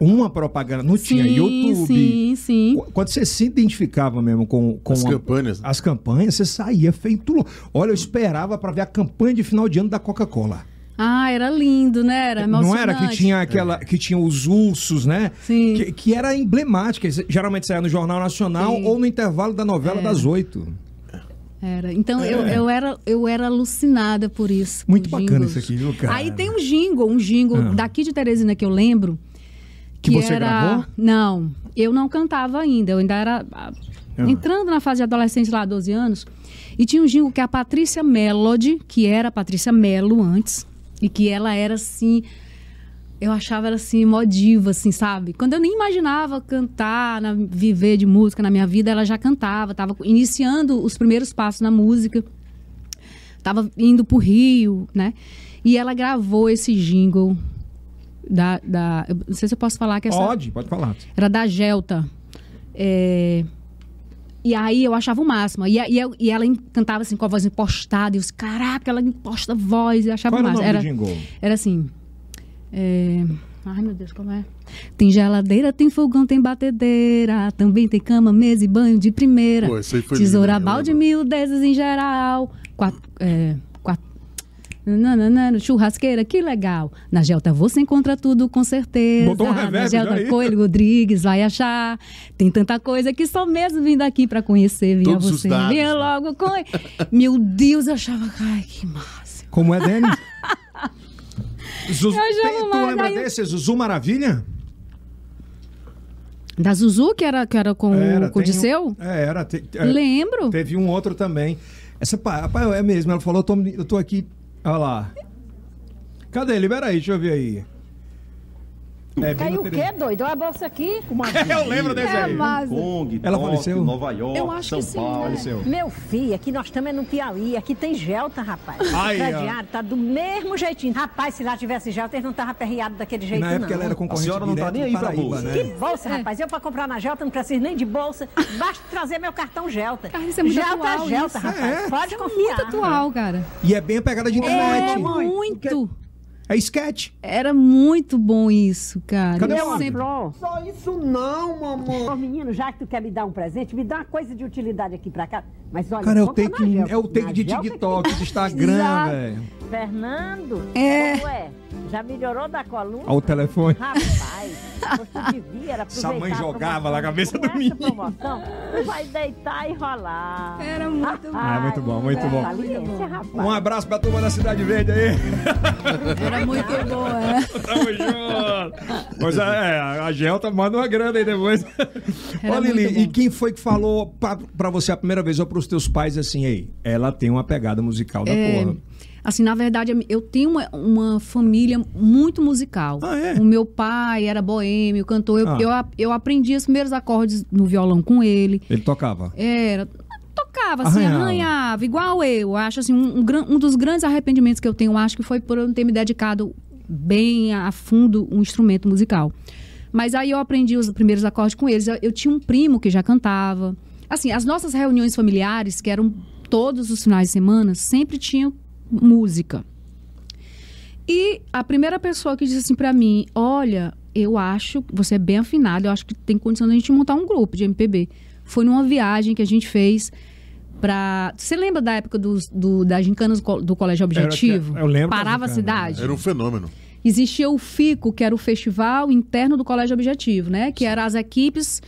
uma propaganda não tinha YouTube.
Sim, sim.
Qu- Quando você se identificava mesmo com, com
As
a-
campanhas. né?
as campanhas, você saía feito louco. Olha, eu esperava para ver a campanha de final de ano da Coca-Cola.
Ah, era lindo, né? Era
Não era que
emocionante.
tinha aquela que tinha os ursos, né?
Sim.
Que, que era emblemática. Geralmente saía no Jornal Nacional
Sim. É.
ou no intervalo da novela das oito.
Era. Então eu, eu, era, eu era alucinada por isso.
É.
por
Muito bacana
jingles.
isso aqui, viu, cara?
Aí tem um jingle, um jingle
Ah.
daqui de Teresina que eu lembro.
Que você gravou?
Não, eu não cantava ainda. Eu ainda era ah,
Ah.
entrando na fase de adolescente lá, 12 anos. E tinha um jingle que a Patrícia Melody, que era a Patrícia Melo antes, e que ela era assim. Eu achava ela assim, mó diva, assim, sabe? Quando eu nem imaginava cantar, na- viver de música na minha vida, ela já cantava, tava iniciando os primeiros passos na música tava indo pro Rio, né? E ela gravou esse jingle da. da eu não sei se eu posso falar que essa.
Pode, pode falar.
Era da Gelta. É, E aí eu achava o máximo. E, a- e, eu- e ela em- cantava assim com a voz impostada. E eu, disse, caraca, ela imposta a voz. Eu achava
Qual era o
o máximo.
nome
Era,
do jingle?
era assim. é, Ai, meu Deus, como é? Tem geladeira, tem fogão, tem batedeira. Também tem cama, mesa e banho de primeira.
Pô, esse aí foi
Tesoura,
lindo, né? eu
balde,
lembro.
miudezas em geral. Quatro, é, quatro, nananana, churrasqueira, que legal. Na Gelta você encontra tudo, com certeza.
Botou um reverb
Na Gelta
né,
já aí.
Coelho Rodrigues vai achar. Tem tanta coisa que só mesmo vindo aqui pra conhecer. Vinha
Todos os
você,
dados,
vinha
né?
logo com... Meu Deus, eu achava... Ai, que massa.
Como é, Denis? Zuzu,
Eu já
tem-
vou
tu
lá,
lembra
daí eu-
desse? Zuzu Maravilha?
Da Zuzu, que era, que era com, o- com o
tem um-
Disseu?
É, era. te- é,
Lembro.
Teve um outro também. Essa pa- rapaz, é mesmo, ela falou, eu tô, eu tô aqui. Olha lá. Cadê? Libera aí, deixa eu ver aí. É, bem
Caiu o
interesse-
quê, doido? Olha a bolsa aqui.
Eu lembro desse aí.
mas-
Kong,
Ela
Tóquio,
faleceu?
Nova York,
Eu acho
São
que sim,
Paulo.
né?
Meu filho, aqui nós estamos é no Piauí. Aqui tem gelta, rapaz.
Ai, ó.
Crediário tá do mesmo jeitinho. Rapaz, se lá tivesse gelta, eles não estavam aperreados daquele jeito,
Na época
não.
ela era
A
concorrente
senhora não tá
direto
nem
do
aí pra
Paraíba,
bolsa.
né?
Que bolsa, rapaz. Eu, pra comprar na gelta, não preciso nem de bolsa. Basta trazer meu cartão gelta.
Cara, isso é muito
gelta
atual,
gelta,
isso.
rapaz.
É.
Pode confiar.
Muito atual, cara.
E é bem a pegada de
É,
internet.
muito.
É, sketch.
Era muito bom isso, é cara.
Cadê
Eu
o
sempre-
Pronto. Só isso não, mamãe. Ô, menino, já que tu quer me dar um presente, me dá uma coisa de utilidade aqui pra cá. Mas olha,
Cara, é o
compra
take,
na Gelta.
é o take
Na
de
Gelta que
TikTok, de Instagram,
Exato.
velho.
Fernando?
É.
Como é? Já melhorou da coluna?
Olha o telefone.
Rapaz, você devia era
Essa mãe
aproveitar a
jogava lá na cabeça
promoção. Com
do menino.
Essa promoção, tu vai deitar e rolar.
Era muito bom.
Ah, muito bom, muito bom.
Paciência, rapaz.
Um abraço pra turma da Cidade Verde aí.
Era muito bom, é.
Tamo junto. Pois é, a Gelta manda uma grana aí depois.
Era
Olha, Lili,
muito bom.
e quem foi que falou pra, pra você a primeira vez ou pros teus pais assim, ei, ela tem uma pegada musical da porra.
Assim, na verdade, eu tenho uma, uma família muito musical.
Ah, é?
O meu pai era boêmio, cantor. Eu,
Ah.
eu, a- eu aprendi os primeiros acordes no violão com ele.
Ele tocava.
Era. Tocava, assim,
Arranhava.
arranhava. igual eu. Acho assim, um, um gran- um dos grandes arrependimentos que eu tenho, acho que foi por eu não ter me dedicado bem a fundo um instrumento musical. Mas aí eu aprendi os primeiros acordes com eles. Eu, eu tinha um primo que já cantava. Assim, as nossas reuniões familiares, que eram todos os finais de semana, sempre tinha música. E a primeira pessoa que disse assim pra mim: Olha, eu acho que você é bem afinado, eu acho que tem condição da gente montar um grupo de MPB. Foi numa viagem que a gente fez pra. Você lembra da época dos, do, da Gincana do co- do Colégio
que-
Objetivo?
eu lembro da
Parava a
gincana, é.
cidade.
Era um fenômeno.
Existia o FICO, que era o Festival Interno do Colégio Objetivo, né? Que eram as equipes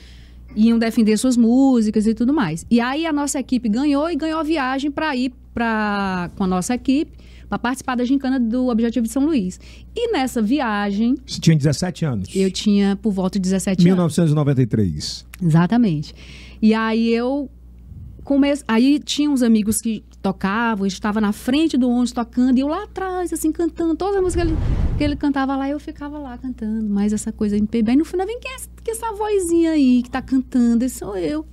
iam defender suas músicas e tudo mais. E aí a nossa equipe ganhou e ganhou a viagem para ir pra, com a nossa equipe para participar da gincana do Objetivo de São Luís. E nessa viagem,
Você tinha 17 anos.
eu tinha por volta de 17 anos.
1993.
Exatamente. E aí eu comecei. Aí tinha uns amigos que tocavam, eu estava na frente do ônibus tocando, e eu lá atrás, assim, cantando. Todas as músicas que ele, que ele cantava lá, eu ficava lá cantando. Mas essa coisa MPB. Aí no final, vem que é essa, que é essa vozinha aí que tá cantando? Esse sou eu.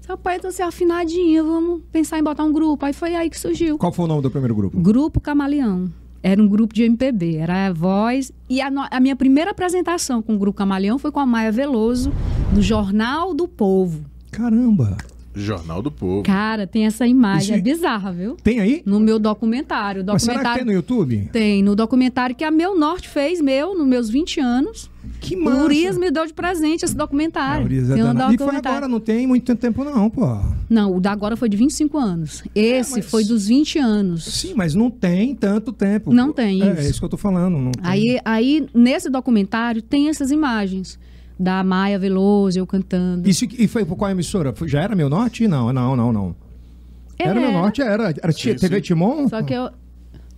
Esse Rapaz, você é afinadinha, vamos pensar em botar um grupo. Aí foi aí que surgiu.
Qual foi o nome do primeiro grupo?
Grupo Camaleão. Era um grupo de MPB, era a voz. E a, no- a minha primeira apresentação com o Grupo Camaleão foi com a Maia Veloso, no Jornal do Povo.
Caramba!
Jornal do Povo.
Cara, tem essa imagem.
Isso-
É bizarra, viu?
Tem aí?
No meu documentário.
Mas será que
Um documentário
tem no YouTube?
Tem, no documentário que a Meu Norte fez, meu, nos meus 20 anos.
Que
O
massa.
Urias me deu de presente esse documentário.
É, Urias é
Tem um
danado. E foi
documentário.
agora, não tem muito tempo não, pô.
Não, o da agora foi de 25 anos. Esse
É, mas-
foi dos 20 anos.
Sim, mas não tem tanto tempo.
Não
pô.
tem
É,
isso.
é isso que eu tô falando. não tem.
Aí, aí, nesse documentário, tem essas imagens da Maia Veloso, eu cantando.
Isso, e foi por qual emissora? Foi- Já era Meu Norte? Não, não, não, não. Era Meu Norte, era. Era Ti-
Sim,
TV
sim.
Timon?
É, Só que eu...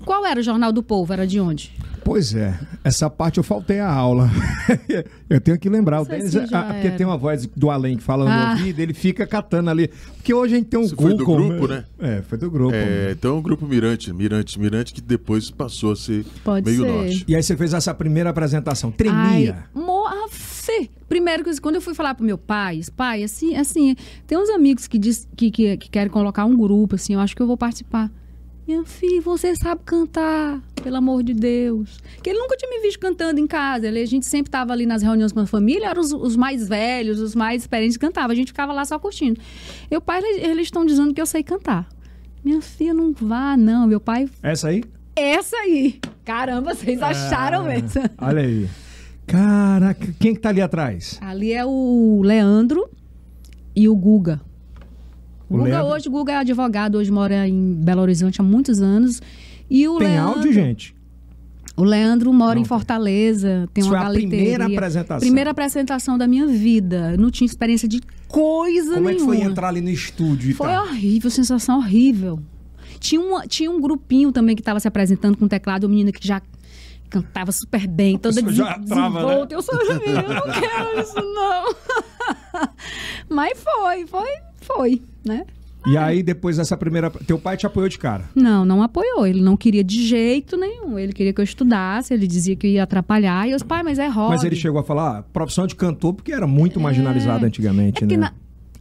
Qual era o Jornal do Povo? Era de onde?
Pois é, essa parte eu faltei a aula. eu tenho que lembrar. O
sei
Denis,
se
é-
já
ah, porque
era.
tem uma voz do além que fala
Ah.
no ouvido, ele fica catando ali. Porque hoje a gente tem um
Isso foi do
Google,
grupo, né?
É, foi do grupo.
É, então o grupo Mirante, Mirante, Mirante, que depois passou a ser
Pode
meio
ser.
norte.
E aí você fez essa primeira apresentação, tremia.
Ai, morra fê. Primeiro, que quando eu fui falar pro meu pai, disse, pai, assim, assim, tem uns amigos que, diz, que, que, que querem colocar um grupo, assim, eu acho que eu vou participar. Minha filha, você sabe cantar, pelo amor de Deus. Que ele nunca tinha me visto cantando em casa. Ele, a gente sempre tava ali nas reuniões com a família, eram os, os mais velhos, os mais experientes que cantavam. A gente ficava lá só curtindo. Meu pai, eles eles estão dizendo que eu sei cantar. Minha filha, não vá, não. Meu pai,
Essa aí?
essa aí. Caramba, vocês
Ah.
acharam mesmo.
Olha aí. Caraca, quem que tá ali atrás?
Ali é o Leandro e o Guga.
O
O Guga
Leandro-
hoje, o Guga é advogado, hoje mora em Belo Horizonte há muitos anos. E o
Tem
Leandro,
áudio, gente?
O Leandro mora
Não,
em Fortaleza, tem
Isso
uma
é a primeira
galeteria.
apresentação.
Primeira apresentação da minha vida. Eu Não tinha experiência de coisa
Como é que
nenhuma.
foi entrar ali no estúdio e
Foi
tal?
horrível, sensação horrível. Tinha, uma, tinha um grupinho também que estava se apresentando com teclado, uma menina que já cantava super bem, toda
pessoa
des
já trava, né?
desenvolta. Eu só menina, eu não quero isso, não. Mas foi, foi, foi, né?
E aí, depois dessa primeira. Teu pai te apoiou de cara.
Não, não apoiou. Ele não queria de jeito nenhum. Ele queria que eu estudasse, ele dizia que ia atrapalhar. E eu, pai, mas é hobby.
Mas ele chegou a falar, ah, profissão de cantor, porque era muito marginalizada antigamente,
É porque
né?
na-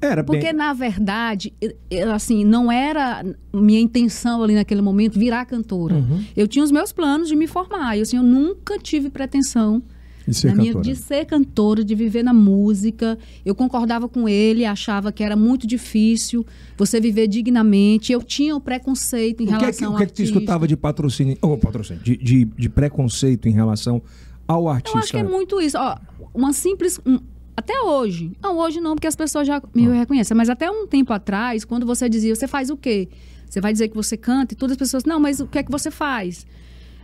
Era
Porque,
bem...
na verdade, eu- eu, assim, não era minha intenção ali naquele momento virar cantora.
Uhum.
Eu tinha os meus planos de me formar. Eu, assim, eu nunca tive pretensão
de ser
na minha-
cantora.
de ser cantora, de viver na música. Eu concordava com ele, achava que era muito difícil você viver dignamente. Eu tinha o preconceito
O
em
que é que,
relação
o
ao
que é que tu
artista.
escutava de patrocínio, ou patrocínio, de, de- de preconceito em relação ao artista?
Eu acho que é muito isso. Ó, uma simples. um- até hoje. Não, hoje não, porque as pessoas já me reconhecem. Mas até um tempo atrás, quando você dizia, você faz o quê? Você vai dizer que você canta e todas as pessoas. Não, mas o que é que você faz?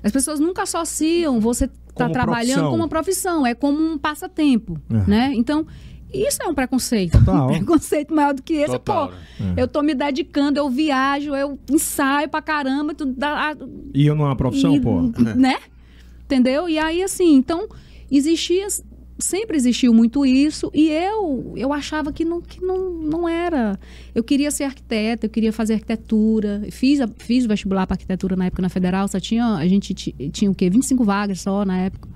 As pessoas nunca associam você tá
Como
trabalhando
profissão.
como uma profissão, é como um passatempo,
É.
né? Então, isso é um preconceito.
Total.
Um preconceito maior do que esse,
Total,
pô.
né? É.
Eu tô me dedicando, eu viajo, eu ensaio pra caramba, tudo dá, a-
E eu não é uma profissão,
e,
pô.
Né? Entendeu? E aí, assim, então, existia. Sempre existiu muito isso. E eu eu achava que não, que não, não era. Eu queria ser arquiteta, eu queria fazer arquitetura. Fiz, a- fiz vestibular para arquitetura na época na Federal, só tinha. A gente ti- tinha o quê? 25 vagas só na época.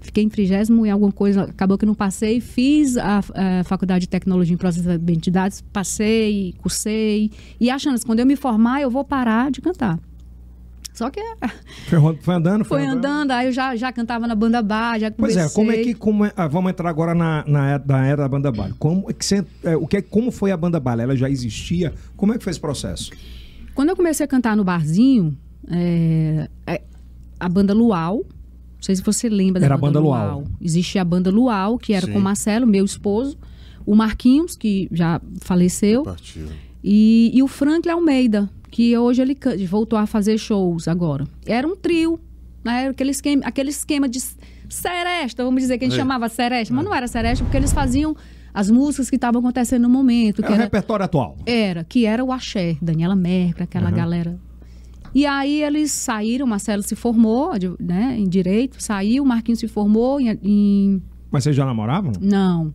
Fiquei em trigésimo e alguma coisa, acabou que não passei. Fiz a, a Faculdade de Tecnologia em Processamento de Dados, passei, cursei. E achando que quando eu me formar, eu vou parar de cantar. Só que é,
Foi, ro- foi andando, foi,
foi andando, aí eu já, já cantava na banda bar, já
Pois
comecei.
é, como é que. Como é- ah, vamos entrar agora na, na, era- na era da banda baile. Como, é que você- é, o que, é- como foi a banda baile? Ela já existia? Como é que foi esse processo?
Quando eu comecei a cantar no barzinho, é, é, a banda Luau, não sei se você lembra da
Era a banda Luau.
Existia a banda Luau, que era
Sim.
com o Marcelo, meu esposo, o Marquinhos, que já faleceu,
Partiu.
e, e o Franklin Almeida, que hoje ele can- voltou a fazer shows agora. Era um trio, né? Era aquele esquema, aquele esquema de s- seresta, vamos dizer que a gente
É.
chamava seresta, mas não era seresta, porque eles faziam as músicas que estavam acontecendo no momento.
É
Que
o
era,
repertório atual.
era, que era o axé, Daniela Mercury, aquela galera. E aí eles saíram, o Marcelo se formou adv- né, em direito, saiu, o Marquinhos se formou em- em
Mas vocês já namoravam?
não.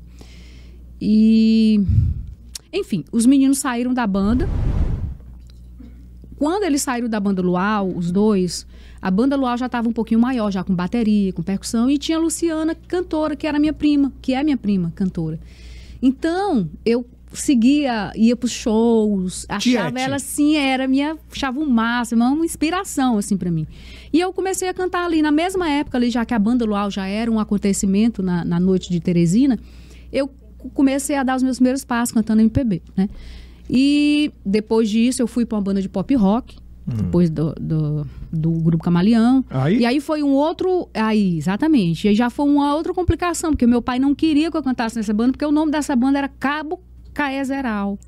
E. Enfim, os meninos saíram da banda. Quando eles saíram da banda Luau, os dois, a banda Luau já estava um pouquinho maior, já com bateria, com percussão, e tinha a Luciana, cantora, que era minha prima, que é minha prima, cantora. Então, eu seguia, ia pros shows, achava
Tiete.
ela assim, era minha, achava o máximo, uma inspiração assim para mim. E eu comecei a cantar ali na mesma época ali, já que a banda Luau já era um acontecimento na, na noite de Teresina, eu comecei a dar os meus primeiros passos cantando MPB, né? E depois disso eu fui para uma banda de pop rock, depois do, do, do grupo Camaleão.
Aí?
E aí foi um outro. Aí, exatamente. E aí já foi uma outra complicação, porque meu pai não queria que eu cantasse nessa banda, porque o nome dessa banda era Cabo Caezeral.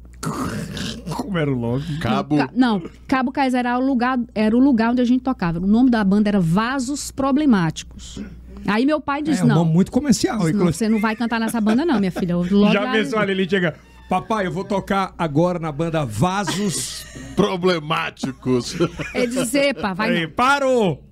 Como era o logo?
Cabo.
Ca- não, Cabo Caezeral era o lugar, era o lugar onde a gente tocava. O nome da banda era Vasos Problemáticos. Aí meu pai diz:
É um
não,
nome muito comercial.
diz, não,
inclusive.
você não vai cantar nessa banda, não, minha filha. Logo
Já
lá-
pensou a Lili chega. Papai, eu vou tocar agora na banda Vasos.
Problemáticos.
Ele diz, epa, vai
Aí,
não.
parou!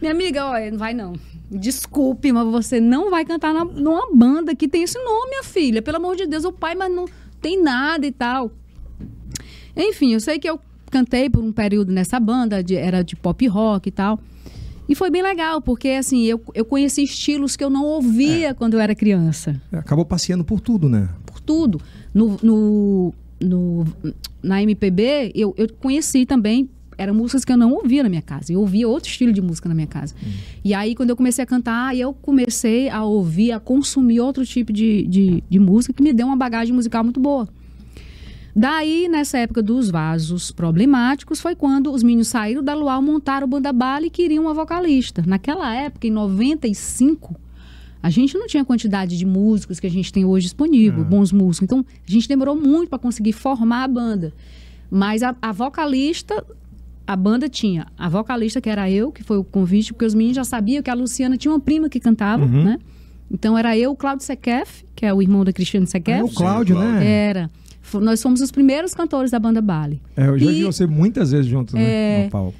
Minha amiga, olha, não vai não. Desculpe, mas você não vai cantar na- numa banda que tem esse nome, minha filha. Pelo amor de Deus, o pai, mas não tem nada e tal. Enfim, eu sei que eu cantei por um período nessa banda, de- era de pop rock e tal. E foi bem legal, porque assim, eu, eu conheci estilos que eu não ouvia quando eu era criança.
É, Acabou passeando por tudo, né?
Por tudo. No, no, no- na MPB, eu, eu conheci também. Eram músicas que eu não ouvia na minha casa. Eu ouvia outro estilo de música na minha casa. E aí, quando eu comecei a cantar, eu comecei a ouvir, a consumir outro tipo de, de, de música que me deu uma bagagem musical muito boa. Daí, nessa época dos vasos problemáticos, foi quando os meninos saíram da Luau, montaram o Banda Bala e queriam uma vocalista. Naquela época, em 95, a gente não tinha a quantidade de músicos que a gente tem hoje
Hum.
disponível, bons músicos. Então, a gente demorou muito para conseguir formar a banda. Mas a, a vocalista, a banda tinha a vocalista, que era eu, que foi o convite, porque os meninos já sabiam que a Luciana tinha uma prima que cantava,
Uhum.
né? Então, era eu, o Cláudio Sequef, que é o irmão da Cristiane
É
Sequef.
o Cláudio, né?
Era. F- Nós fomos os primeiros cantores da banda Bali.
É, eu já
E- É.
vi você muitas vezes juntos, né? No palco.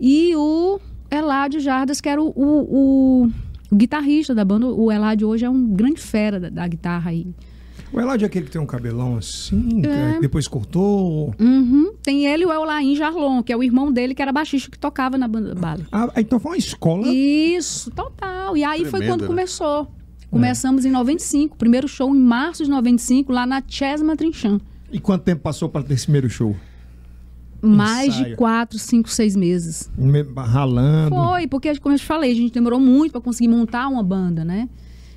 E o Eladio Jardas, que era o, o- o- o guitarrista da banda. O Eladio hoje é um grande fera da, da guitarra aí.
O Eladio é aquele que tem um cabelão assim,
É.
cara, que depois cortou.
Uhum. Tem ele e o Eulaim Jarlon, que é o irmão dele, que era baixista, que tocava na banda Bali.
Ah, então foi uma escola.
Isso, total. E aí foi
Tremendo,
quando
né?
começou. Começamos em 95, primeiro show em março de 95, lá na Chesma Trinchan.
E quanto tempo passou para ter esse primeiro show?
Mais
Ensaio.
de quatro, cinco, seis meses.
Me- Ralando.
Foi, porque, como eu te falei, a gente demorou muito para conseguir montar uma banda, né?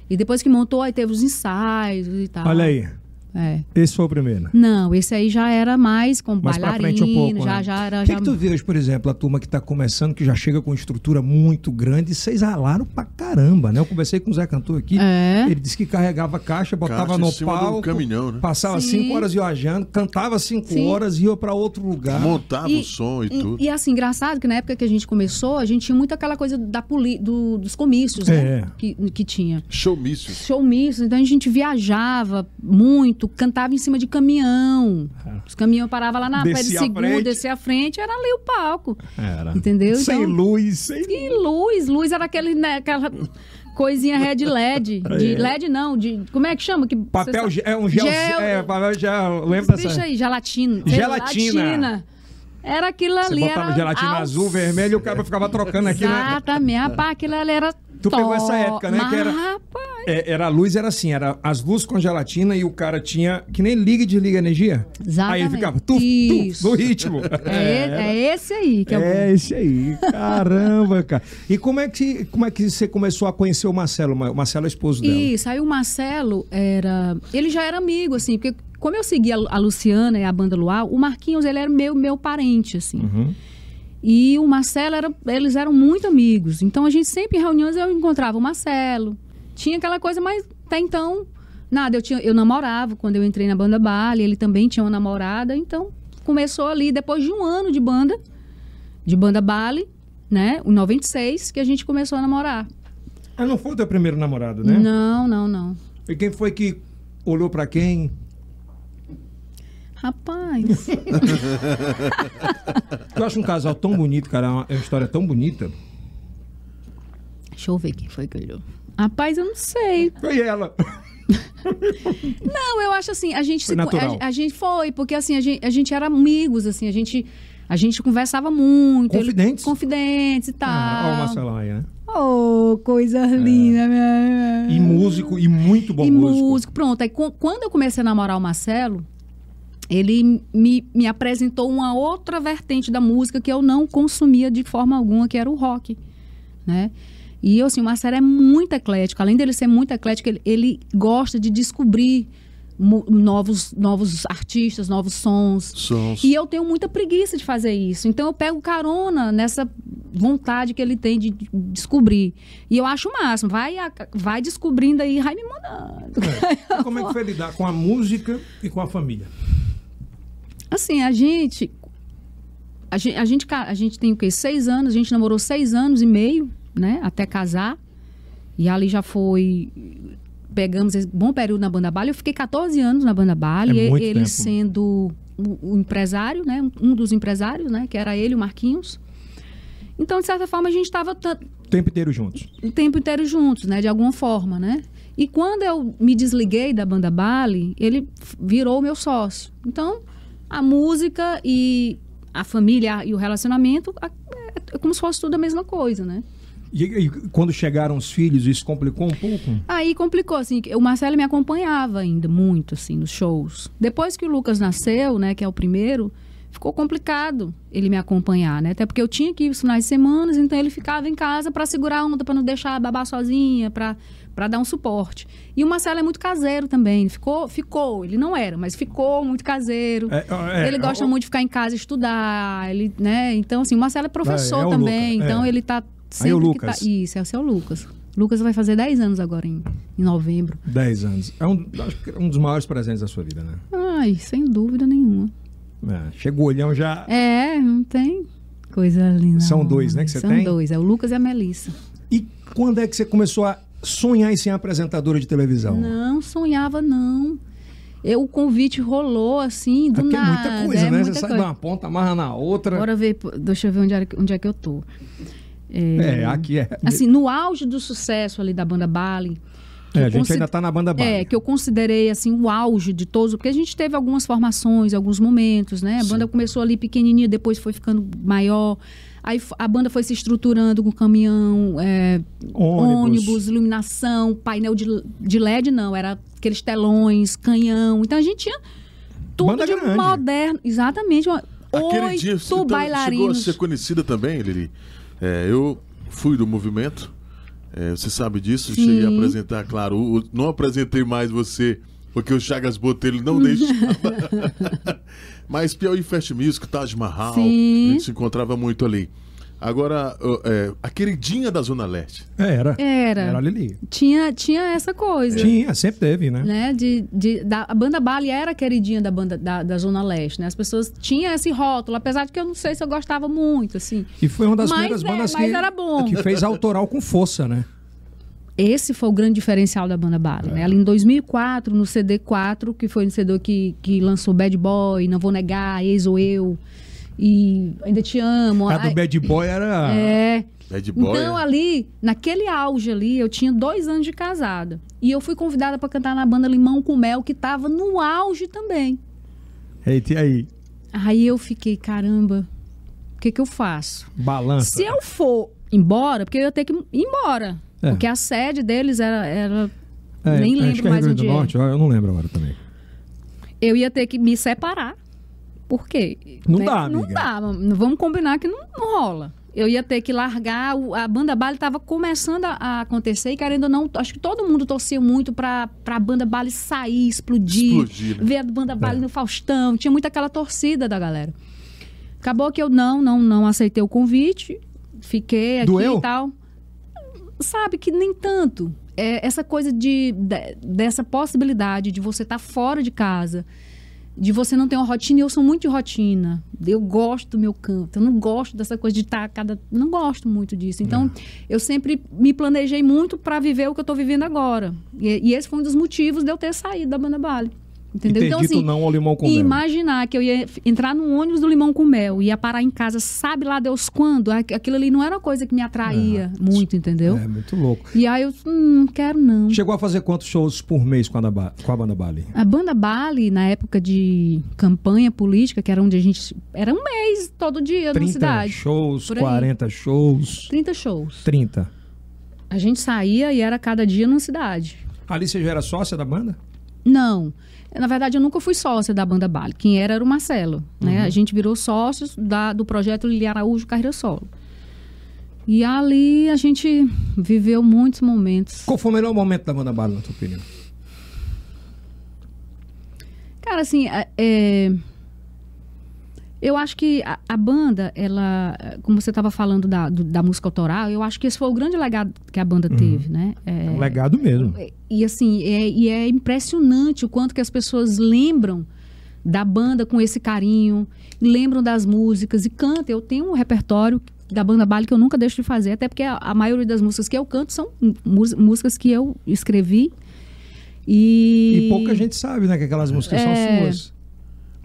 E depois que montou, aí teve os ensaios e tal.
Olha aí,
É.
esse foi o primeiro.
Não, esse aí já era mais com
Mais pra frente
bailarino,
um pouco,
já,
né?
já era.
O que,
já-
que tu vê hoje, por exemplo, a turma que tá começando, que já chega com estrutura muito grande, e vocês ralaram pra caramba, né? Eu conversei com o Zé Cantor aqui,
É.
ele disse que carregava caixa, botava
Caixa em
no
cima de um
palco,
caminhão, né?
passava
Sim.
cinco horas viajando, cantava cinco
Sim.
horas, ia pra outro lugar.
Montava
E-
o som e, tudo.
E, e assim, engraçado que na época que a gente começou, a gente tinha muito aquela coisa da poli- do- dos comícios, né?
É.
Que, que tinha.
Showmícios.
Showmícios, então a gente viajava muito, cantava em cima de caminhão. Os caminhões paravam lá na pé de
É. Descia à
segunda,
frente.
descia à frente, era ali o palco.
Era.
Entendeu?
Sem
Então-
luz, sem
E luz, luz era aquele, né, aquela coisinha red LED. De LED não, de. Como é que chama? Que
é. Papel,
cê
ge- é um gel,
Gel.
é, papel gel, lembra
sabe? Esse bicho
dessa?
aí, gelatina. Sei lá,
Gelatina.
latina. Era aquilo
Você
ali.
botava
era
gelatina
alto.
azul, vermelho, e o cara ficava trocando aqui, né?
Exatamente. Rapaz, aquilo ali era.
Tu pegou
top.
essa época, né, que era-
Mas, rapaz.
É, era a luz, era assim, era as luzes com gelatina e o cara tinha. Que nem liga e desliga a energia. Aí ele
Exatamente.
ficava tu, tu,
Isso.
no ritmo.
É, é esse aí que é, o bom.
É esse aí, caramba, cara. E como é que como é que você começou a conhecer o Marcelo? Ma- O Marcelo é esposo dela.
Isso, aí o Marcelo era. Ele já era amigo, assim, porque como eu seguia a Luciana e a banda Luau, o Marquinhos ele era meu, meu parente, assim.
Uhum.
E o Marcelo era. Eles eram muito amigos. Então a gente sempre em reuniões eu encontrava o Marcelo. Tinha aquela coisa, mas até então, nada. Eu, tinha, eu namorava quando eu entrei na banda Bali, ele também tinha uma namorada, então começou ali, depois de um ano de banda, de banda Bali, né? Em 96, que a gente começou a namorar.
Ah, não foi o teu primeiro namorado, né?
Não, não, não.
E quem foi que olhou pra quem?
Rapaz.
Eu acho um casal tão bonito, cara. É uma é uma história tão bonita.
Deixa eu ver quem foi que olhou. Rapaz, eu não sei.
Foi ela.
Não, eu acho assim, a gente
Foi
co-
natural.
A, a gente foi, porque assim, a gente, a gente era amigos, assim, a gente, a gente conversava muito. ele-
Confidentes?
confidentes e tal.
Ah, olha o Marcelão aí, né?
Oh, coisa linda, minha.
E músico, e muito bom
e músico.
músico.
Pronto, aí qu- quando eu comecei a namorar o Marcelo, ele me, me apresentou uma outra vertente da música que eu não consumia de forma alguma, que era o rock, né? E eu, assim, o Marcelo é muito eclético. Além dele ser muito eclético, ele, ele gosta de descobrir mu- novos, novos artistas, novos sons.
Sons.
E eu tenho muita preguiça de fazer isso. Então eu pego carona nessa vontade que ele tem de de descobrir. E eu acho o máximo. Vai, a- vai descobrindo aí, vai me mandando.
E como é que foi lidar com a música e com a família?
Assim, a gente. A gente, a gente, ca- a gente tem o quê? Seis anos, a gente namorou seis anos e meio, né? Até casar. E ali já foi. Pegamos esse bom período na banda Bali. Eu fiquei 14 anos na banda Bali.
É
E-
muito
ele
tempo.
sendo o, o empresário, né? Um dos empresários, né? Que era ele, o Marquinhos. Então, de certa forma, a gente estava
O tempo inteiro juntos.
o tempo inteiro juntos, né? De alguma forma, né? E quando eu me desliguei da banda Bali, ele f- virou meu sócio. Então, a música e a família e o relacionamento a- é como se fosse tudo a mesma coisa, né?
E, e quando chegaram os filhos, isso complicou um pouco?
Aí complicou, assim, que o Marcelo me acompanhava ainda muito, assim, nos shows. Depois que o Lucas nasceu, né, que é o primeiro, ficou complicado ele me acompanhar, né? Até porque eu tinha que ir os finais de semana, então ele ficava em casa para segurar a onda, para não deixar a babá sozinha, para para dar um suporte. E o Marcelo é muito caseiro também, ficou, ficou, ele não era, mas ficou muito caseiro.
É, é,
ele gosta
é,
muito de ficar em casa estudar, ele, né? Então assim, o Marcelo é professor
É, é o
também,
Lucas,
então
é.
ele tá sempre
o
que tá...
Lucas.
Isso, é o seu Lucas. Lucas vai fazer 10 anos agora em, em novembro.
10 anos. É um, acho que é um dos maiores presentes da sua vida, né?
Ai, sem dúvida nenhuma.
É, chega o olhão já.
É, não tem coisa linda.
São dois, né, que você
São
tem?
São dois, é o Lucas e a Melissa.
E quando é que você começou a sonhar em ser apresentadora de televisão?
Não sonhava, não. Eu, o convite rolou assim, do
Porque é
nada.
muita coisa,
é
né?
muita
você sai de
coisa.
uma ponta, amarra na outra.
Bora ver, pô, deixa eu ver onde, era que- onde é que eu tô.
É, aqui é.
Assim, no auge do sucesso ali da banda Bali. que
É, a
eu
gente
consi-
ainda tá na banda base.
É, que eu considerei assim o auge de todos, porque a gente teve algumas formações, alguns momentos, né? A banda começou ali pequenininha, depois foi ficando maior. Aí f- a banda foi se estruturando com caminhão, é,
Ônibus.
ônibus. iluminação, painel de, de LED, não, era aqueles telões, canhão. Então a gente tinha tudo
Banda
de
grande.
moderno, exatamente. uma-
Aquele
Oito
dia então, chegou a
bailarinos.
ser conhecida também, Lili. É, eu fui do movimento, é, você sabe disso,
Sim.
cheguei a apresentar, claro, o- o- não apresentei mais você, porque o Chagas Botelho não deixava. Mas Piauí Fest Music, Taj Mahal,
Sim.
a gente se encontrava muito ali. Agora, ó, é, a queridinha da Zona Leste.
É, era.
Era.
Era a Lili.
Tinha, tinha essa coisa.
Tinha, sempre teve, né?
né? De, de- da, a banda Bali era a queridinha da banda da, da Zona Leste, né? As pessoas tinham esse rótulo, apesar de que eu não sei se eu gostava muito, assim.
E foi uma das
Mas
primeiras
é,
bandas
mas
que,
era bom.
que fez autoral com força, né?
Esse foi o grande diferencial da banda Bali,
É.
né? Ela em 2004, no CD4, que foi no CD que, que lançou Bad Boy, Não Vou Negar, Ex ou Eu, e Ainda Te Amo.
É A do
Ai-
Bad Boy era.
É.
Bad Boy.
Então,
né?
é.
ali, naquele auge ali, eu tinha dois anos de casada. E eu fui convidada para cantar na banda Limão com Mel, que tava no auge também.
Eita, É, e aí?
Aí eu fiquei, caramba, o que que eu faço?
Balança.
Se eu for embora, porque eu ia ter que ir embora.
É.
Porque a sede deles era. era-
É,
nem
acho que
lembro
é Rio
mais
Grande do
onde é.
Norte, eu não lembro agora também.
Eu ia ter que me separar. Por quê? Né?
Não dá,
Não
amiga.
dá. mas Vamos combinar que não, não rola. Eu ia ter que largar. o- A banda Bali estava começando a, a acontecer e, querendo ou não, acho que todo mundo torcia muito para a banda Bali sair, explodir.
Explodir, né?
ver a banda Bali no Faustão. Tinha muito aquela torcida da galera. Acabou que eu não, não, não aceitei o convite. Fiquei aqui
Doeu?
e tal. Sabe que nem tanto. É, essa coisa de, de- dessa possibilidade de você estar fora de casa, de você não ter uma rotina. e Eu sou muito de rotina. Eu gosto do meu canto. Eu não gosto dessa coisa de estar cada. Não gosto muito disso. Então,
É.
eu sempre me planejei muito para viver o que eu estou vivendo agora. E, e esse foi um dos motivos de eu ter saído da banda Bali. Entendeu?
E ter
então,
dito
assim,
não ao limão com
e
mel.
imaginar que eu ia f- entrar no ônibus do Limão com Mel, ia parar em casa, sabe lá Deus quando? Aqu- Aquilo ali não era uma coisa que me atraía muito, entendeu?
É, muito louco.
E aí eu, hum, não quero não.
Chegou a fazer quantos shows por mês com a, da Ba- com a banda Bali?
A banda Bali, na época de campanha política, que era onde a gente. Era um mês todo dia na
30
cidade.
shows,
por aí.
40 shows,
30 shows.
30.
A gente saía e era cada dia numa cidade.
Ali você já era sócia da banda?
Não. Na verdade, eu nunca fui sócia da banda Bali. Quem era era o Marcelo. Né? A gente virou sócios da- do projeto Lili Araújo Carreira Solo. E ali a gente viveu muitos momentos.
Qual foi o melhor momento da Banda Bala, na tua opinião?
Cara, assim, a- é, eu acho que a, a banda, ela, como você estava falando da, do- da música autoral, eu acho que esse foi o grande legado que a banda teve, né? É,
Uhum. É um legado mesmo.
e assim, é, e é impressionante o quanto que as pessoas lembram da banda com esse carinho, lembram das músicas e cantam. Eu tenho um repertório da banda Bali que eu nunca deixo de fazer, até porque a, a maioria das músicas que eu canto são mús- músicas que eu escrevi. E, É.
E pouca gente sabe, né? Que aquelas músicas são suas.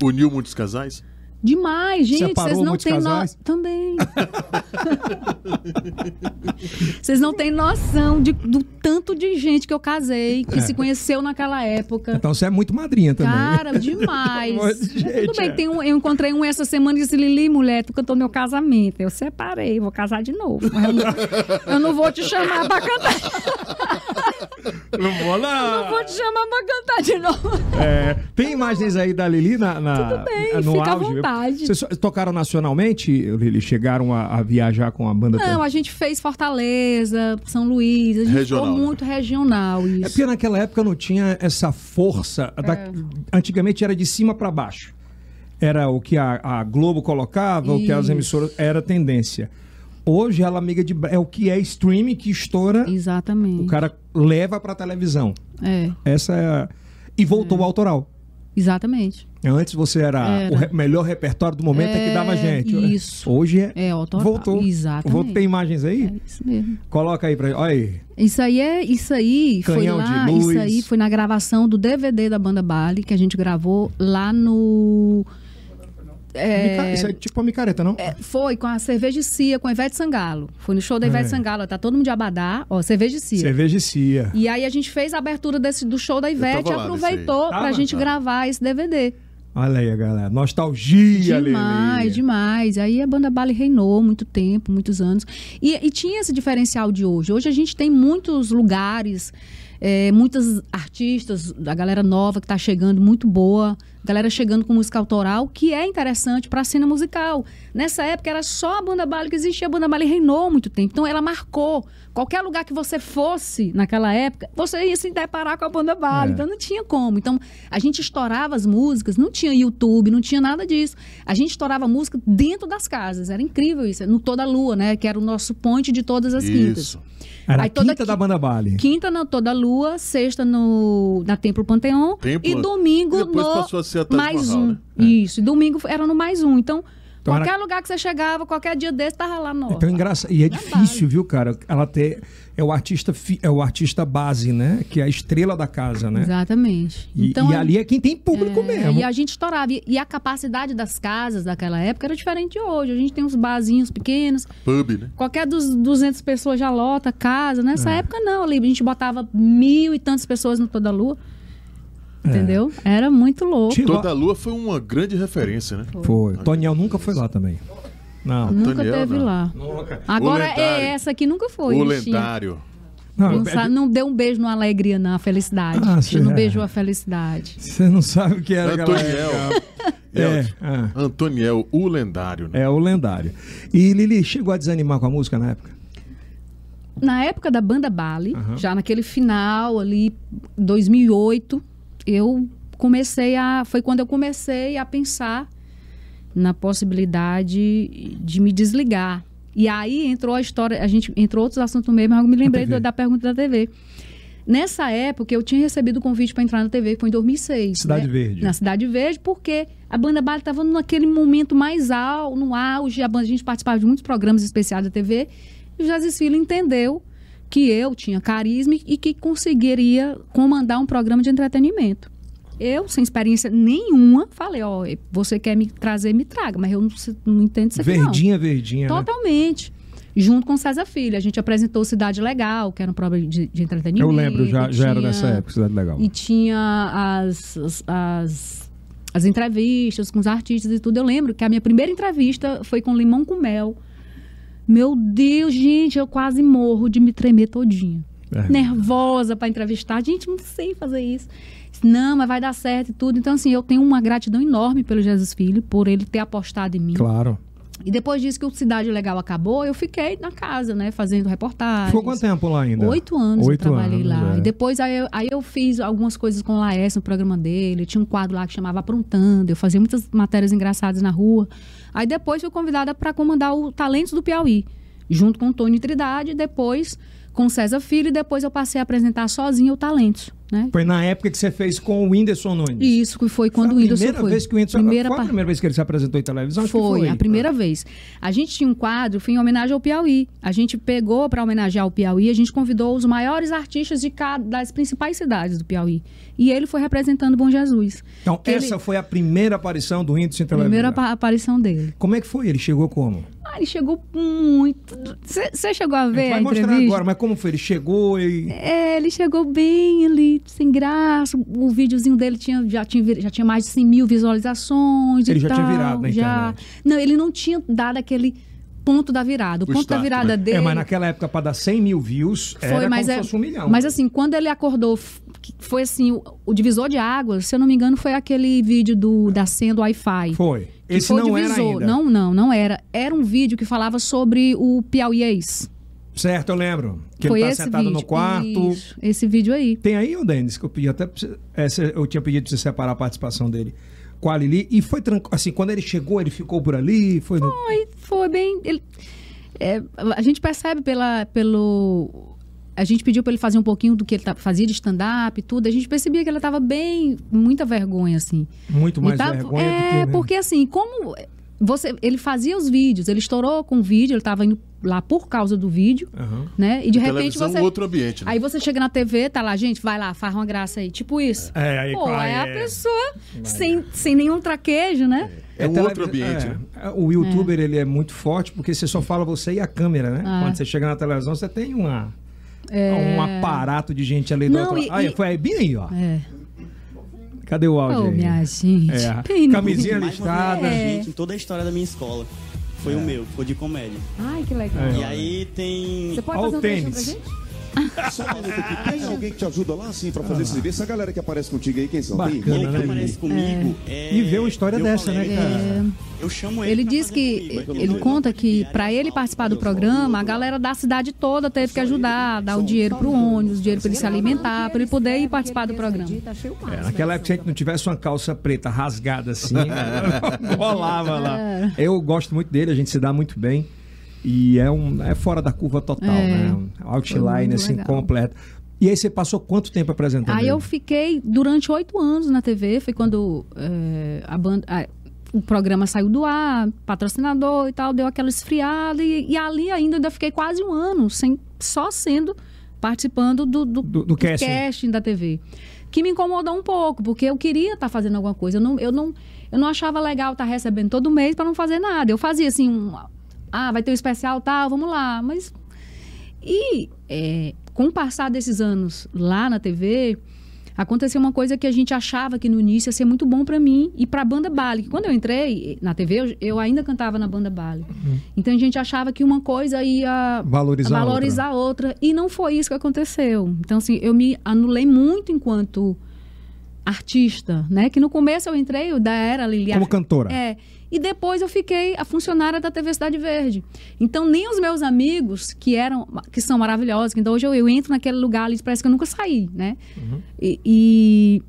Uniu muitos casais?
Demais, gente.
Separou
Vocês não
muitos
têm no...
casais?
Também. Vocês não têm noção de- do tanto de gente que eu casei,
É.
que se conheceu naquela época.
Então você é muito madrinha também.
Cara,
Um monte
demais.
de gente,
Tudo
é.
bem, tem um, eu encontrei um essa semana e disse, Lili, mulher, tu cantou meu casamento. Eu separei, vou casar de novo. Mas Eu não, eu não vou te chamar pra cantar.
Não vou lá.
Não vou te chamar pra cantar de novo.
É, tem imagens aí da Lili na, na,
Tudo bem,
no
fica à
auge?
vontade.
Vocês só- tocaram nacionalmente, Lili? Chegaram a, a viajar com a banda
Não,
toda?
a gente fez Fortaleza, São Luís, a gente
Regional,
ficou
né?
muito regional
É
isso.
porque naquela época não tinha essa força. da-
É.
Antigamente era de cima pra baixo. Era o que a, a Globo colocava, o que as
Isso.
emissoras. Era tendência. Hoje ela amiga de. É o que é streaming que estoura, o
Exatamente.
cara leva pra televisão.
É,
Essa é a... E
Hum.
voltou ao autoral.
exatamente.
Antes você era, o re- melhor repertório do momento é, que dava gente.
isso.
Hoje é,
É autoral,
voltou.
exatamente.
Voltou. Tem imagens aí?
É isso mesmo.
Coloca aí pra Olha aí.
Isso aí é, isso aí foi
Canhão
lá,
de luz.
isso aí foi na gravação do DVD da banda Bali que a gente gravou lá no
Mica- Isso é tipo uma micareta, não?
é, foi com a cerveja de Cia, com a Ivete Sangalo. Foi no show da Ivete
É.
Sangalo, ó, tá todo mundo de abadá, ó, cerveja de Cia.
Cerveja e cia.
E aí a gente fez a abertura desse, do show da Ivete e
tava lá nesse Ah, tá.
aproveitou
aí.
pra
Tava?
gente
Tava.
gravar esse DVD.
Olha aí, galera. Nostalgia,
Demais,
Lili.
demais. Aí a banda Bali reinou muito tempo, muitos anos. E, e tinha esse diferencial de hoje. Hoje a gente tem muitos lugares, eh, muitas artistas, a galera nova que está chegando, muito boa. Galera chegando com música autoral, que é interessante para a cena musical. Nessa época era só a banda Bali que existia, a banda Bali reinou muito tempo. Então ela marcou. Qualquer lugar que você fosse naquela época, você ia se deparar com a banda Bali.
É.
Então não tinha como. Então, a gente estourava as músicas, não tinha YouTube, não tinha nada disso. A gente estourava música dentro das casas. Era incrível isso. No Toda Lua, né? Que era o nosso ponte de todas as quintas.
Isso.
Era a
Aí toda
quinta da
qui-
banda Bali.
Quinta na Toda Lua, sexta no, na Templo Panteão
Templo-
e domingo
E depois
no
passou a ser a Taj
Mais
Mahal,
Um.
né?
Isso, e domingo era no Mais Um. Então,
Então era-
qualquer lugar que você chegava, qualquer dia desse, tava lá no...
Então, engraçado. E é difícil, viu, cara? Ela ter. É o artista, fi- é o artista base, né? Que é a estrela da casa, né?
Exatamente.
E,
então,
e ali é quem tem público
É,
mesmo.
e a gente estourava. E, e a capacidade das casas daquela época era diferente de hoje. A gente tem uns barzinhos pequenos.
Pub, né?
Qualquer dos 200 pessoas já lota casa. Nessa
É.
época, não. Ali a gente botava mil e tantas pessoas no Toda Lua.
É.
Entendeu? Era muito louco.
Chegou-
Toda a Lua foi uma grande referência, né?
Foi. Toniel nunca foi lá também. Não.
Nunca
Daniel,
teve
não.
lá. Agora é
lendário.
essa que nunca foi.
o
bichinha.
lendário.
Não, é
Não, sa- não deu um beijo na alegria, na felicidade.
Ah,
A gente
sim,
não
é.
beijou a felicidade.
Você não sabe o que era aquela
Antoniel.
época.
Elton.
É, ah.
Antoniel, o lendário. Né?
É o lendário. E Lili chegou a desanimar com a música na época?
Na época da banda Bali,
Aham.
já naquele final ali, 2008, eu comecei a. Foi quando eu comecei a pensar na possibilidade de me desligar. E aí entrou a história, a gente entrou outros assuntos no meio, mas eu me lembrei
TV.
do- da pergunta da TV. Nessa época, eu tinha recebido o convite para entrar na TV, foi em 2006.
Cidade
né?
Verde.
Na Cidade Verde, porque a banda Bali estava naquele momento mais alto, no auge, a, banda, a gente participava de muitos programas especiais da TV, e o Jazz Filho entendeu que eu tinha carisma e que conseguiria comandar um programa de entretenimento. Eu, sem experiência nenhuma, falei, ó, você quer me trazer, me traga, mas eu não, se- não entendo isso aqui não.
verdinha, verdinha. né?
Totalmente. Junto com César Filho. A gente apresentou Cidade Legal, que era um programa de, de entretenimento.
Eu lembro, já, já era
tinha-
nessa época, então. Cidade Legal.
e tinha as, as, as, as entrevistas com os artistas e tudo. Eu lembro que a minha primeira entrevista foi com Limão com Mel. Meu Deus, gente, eu quase morro de me tremer todinha.
É.
Nervosa para entrevistar. Gente, não sei fazer isso. Não, mas vai dar certo e tudo. Então, assim, eu tenho uma gratidão enorme pelo Jesus Filho, por ele ter apostado em mim.
Claro.
E depois disso que o Cidade Legal acabou, eu fiquei na casa, né? Fazendo reportagem.
Ficou quanto tempo lá ainda?
Oito anos
Oito
eu trabalhei
anos,
lá.
é.
E depois aí eu, aí eu fiz algumas coisas com o Laércio no programa dele. Tinha um quadro lá que chamava Aprontando. Eu fazia muitas matérias engraçadas na rua. Aí depois fui convidada para comandar o Talentos do Piauí, junto com o Tony Trindade, depois com o César Filho, e depois eu passei a apresentar sozinha o Talentos, né?
Foi na época que você fez com o Whindersson Nunes.
E isso que foi quando
Foi a
o Whindersson
primeira
foi.
Vez que o Whindersson...
Primeira
Foi a
par-
primeira vez que ele se apresentou em televisão? Acho que
foi,
foi É. Ah.
a primeira vez. A gente tinha um quadro, foi em homenagem ao Piauí. A gente pegou para homenagear o Piauí, a gente convidou os maiores artistas de cada, das principais cidades do Piauí. E ele foi representando Bom Jesus.
Então,
Que ele-
essa foi a primeira aparição do Whindersson em televisão.
Primeira pa- aparição dele.
Como é que foi? Ele chegou como?
Ah, ele chegou muito. Você chegou a
A gente
ver a,
vai mostrar
entrevista?
agora, mas como foi? Ele chegou e...
É, ele chegou bem ali, sem graça. O videozinho dele tinha, já, tinha, vir- já tinha mais de 100 mil visualizações. e
Ele já tinha
tal,
virado na
já. Não, ele não tinha dado aquele ponto da virada. O,
O
ponto da
start, né?
virada dele.
É, mas naquela época, para dar 100 mil views,
Foi,
era
mas
como
é-
se fosse um milhão.
Mas assim, quando ele acordou, f- que foi assim, o, o divisor de águas, se eu não me engano, foi aquele vídeo do, da senha do Wi-Fi.
Foi.
Que
Esse
foi o
não era
divisor.
ainda.
Não, não, não era. Era um vídeo que falava sobre o Piauiês.
Certo, eu lembro. Que
foi
ele tá
esse
sentado
vídeo.
no quarto.
Isso, esse vídeo aí.
Tem aí, ô Denis, que eu pedi até pra você, essa, Eu tinha pedido pra você separar a participação dele com a Lili. E foi tranquilo. Assim, quando ele chegou, ele ficou por ali. Foi no...
Foi, foi bem. ele- é, a gente percebe pela, pelo. A gente pediu para ele fazer um pouquinho do que ele tá- fazia de stand-up e tudo. A gente percebia que ele estava bem, muita vergonha, assim.
muito mais
Ele tava-
vergonha do que. né?
é, porque assim, como você, ele fazia os vídeos, ele estourou com o vídeo, ele estava indo lá por causa do vídeo,
Aham.
né? E de repente
televisão,
você
outro ambiente. né?
Aí você chega na TV, tá lá, gente, vai lá, farra uma graça aí, tipo isso.
É, aí,
Pô,
claro,
é a
é.
pessoa sem, sem nenhum traquejo, né?
É um
tele-
outro ambiente, né?
é. O youtuber, ele é muito forte porque você só fala você e a câmera, né?
Ah.
Quando você chega na televisão, você tem uma. Um aparato de gente ali do
É. Não,
outro
e-
lado. Aí,
e-
foi aí, bem aí, ó.
É.
Cadê o áudio
Ô,
aí?
minha gente.
É.
pena.
Camisinha
mais
listada.
movimento gente em toda a história da minha escola. Foi
É.
o meu, ficou de comédia.
Ai, que legal.
E aí tem.
Você pode
Olha
fazer
o
um trechinho pra
tênis.
gente?
Só um minuto aqui. Tem alguém que te ajuda lá, assim, pra fazer esse serviço? Essa galera que aparece contigo aí, quem são? Tem?
Bacana,
Ele que
né,
aparece comigo. É.
E vê uma história
meu
dessa, né,
colega.
cara?
Eu chamo ele.
Ele
pra
diz
fazer
que
comigo.
ele conta que para ele participar do programa, a galera da cidade toda teve que ajudar, dar o dinheiro pro ônibus, dinheiro para ele se alimentar, para ele poder ir participar do programa.
É, naquela época, se a gente não tivesse uma calça preta rasgada assim, rolava lá.
É.
Eu gosto muito dele, a gente se dá muito bem. E é, um, é fora da curva total,
É.
né? Um
Foi
Outline,
muito
assim,
legal.
completo. E aí você passou quanto tempo apresentando?
Aí eu
ele?
fiquei durante oito anos na TV, foi quando eh, a banda, a- o programa saiu do ar, patrocinador e tal, deu aquela esfriada e, e ali ainda ainda fiquei quase um ano sem, só sendo participando do, do,
Do- do casting.
da TV, que me incomodou um pouco porque eu queria estar fazendo alguma coisa, eu não, eu não, eu não achava legal estar recebendo todo mês para não fazer nada, eu fazia assim, um, ah, vai ter um especial tal, vamos lá, mas e é, com o passar desses anos lá na TV, aconteceu uma coisa que a gente achava que no início ia ser muito bom pra mim e pra banda Bali. Que Quando eu entrei na TV, eu, eu ainda cantava na banda Bali. Então a gente achava que uma coisa ia
Uhum. Valorizar a
valorizar a outra. E não foi isso que aconteceu. Então, assim, eu me anulei muito enquanto artista, né? Que no começo eu entrei, eu da era Lilian.
Como cantora.
É. E depois eu fiquei a funcionária da TV Cidade Verde. Então, nem os meus amigos, que eram, que são maravilhosos, que então hoje eu, eu entro naquele lugar ali, parece que eu nunca saí, né? E, e-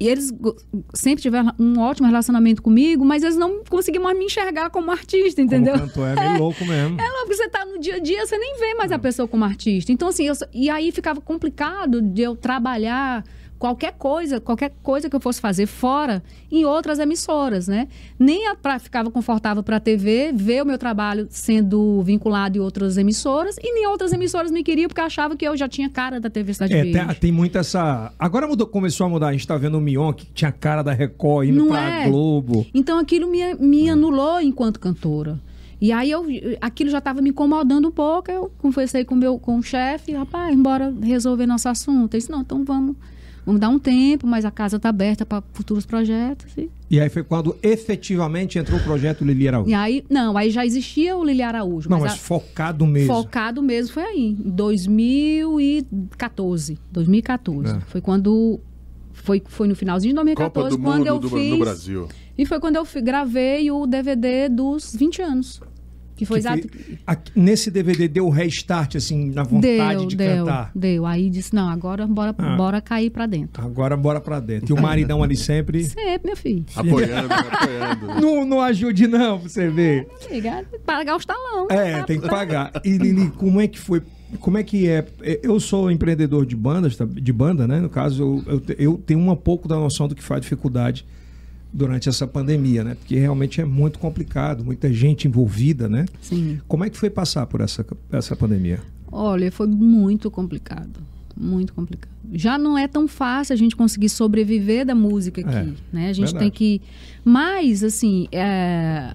e eles go- sempre tiveram um ótimo relacionamento comigo, mas eles não conseguiam mais me enxergar como artista, entendeu?
Como cantor, é meio louco mesmo.
É louco, você tá no dia a dia, você nem vê mais a pessoa como artista. Então, assim, eu só- e aí ficava complicado de eu trabalhar qualquer coisa, qualquer coisa que eu fosse fazer fora em outras emissoras, né? Nem a, pra- ficava confortável para a TV ver o meu trabalho sendo vinculado em outras emissoras e nem outras emissoras me queriam porque achavam que eu já tinha cara da TV Cidade
É,
Verde.
tem, tem muito essa. Agora mudou, começou a mudar. A gente tá vendo o Mion, que tinha a cara da Record indo
Não
pra
é?
Globo.
Então aquilo me, me
É.
anulou enquanto cantora. E aí eu, aquilo já estava me incomodando um pouco. Eu conversei com, o meu, com o chefe, rapaz, bora resolver nosso assunto. Ele disse, não, então vamos, vamos dar um tempo, mas a casa está aberta para futuros projetos. E,
E aí foi quando efetivamente entrou o projeto Lili Araújo.
e aí, não, aí já existia o Lili Araújo,
Não,
mas,
mas
a-
focado mesmo.
focado mesmo foi aí, em 2014. 2014.
É.
Foi quando Foi, foi no finalzinho de 2014
Copa do
quando
Mundo
eu
do-
fiz.
no Brasil.
E foi quando eu fi- gravei o DVD dos 20 anos. Que foi
Que foi-
exato.
aqui- nesse DVD deu o restart, assim, na vontade
deu,
de
deu,
cantar. Ah.
deu. Aí disse: não, agora bora, bora cair pra dentro.
Agora bora pra dentro. E o maridão ali sempre.
Sempre, meu filho.
Apoiando, né? apoiando.
Não, não ajude, não, pra você ver.
Obrigada. Pagar os talão.
É,
tá?
tem que pagar. E Lili, como é que foi? Como é que é? É, Eu sou empreendedor de bandas, tá? de banda, né? No caso, eu, eu, te- eu tenho um pouco da noção do que faz dificuldade durante essa pandemia, né? Porque realmente é muito complicado, muita gente envolvida, né?
Sim.
Como é que foi passar por essa, essa pandemia?
Olha, foi muito complicado. Muito complicado. Já não é tão fácil a gente conseguir sobreviver da música aqui,
É,
né? A gente
verdade.
tem que... Mas, assim, é,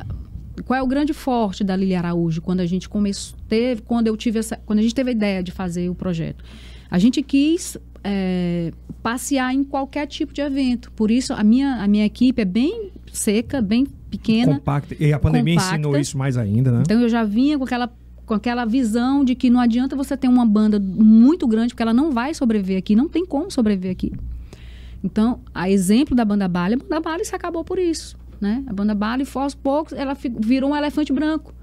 qual é o grande forte da Lili Araújo quando a gente começou... Teve, quando, eu tive essa, quando a gente teve a ideia de fazer o projeto? A gente quis é, passear em qualquer tipo de evento. Por isso, a minha, a minha equipe é bem seca, bem pequena.
Compacta. E a pandemia
compacta.
ensinou isso mais ainda, né?
Então eu já vinha com aquela, com aquela visão de que não adianta você ter uma banda muito grande, porque ela não vai sobreviver aqui, não tem como sobreviver aqui. Então, a exemplo da banda Bali, a banda Bali se acabou por isso. Né? A banda Bali, foi aos poucos, ela fi- virou um elefante branco.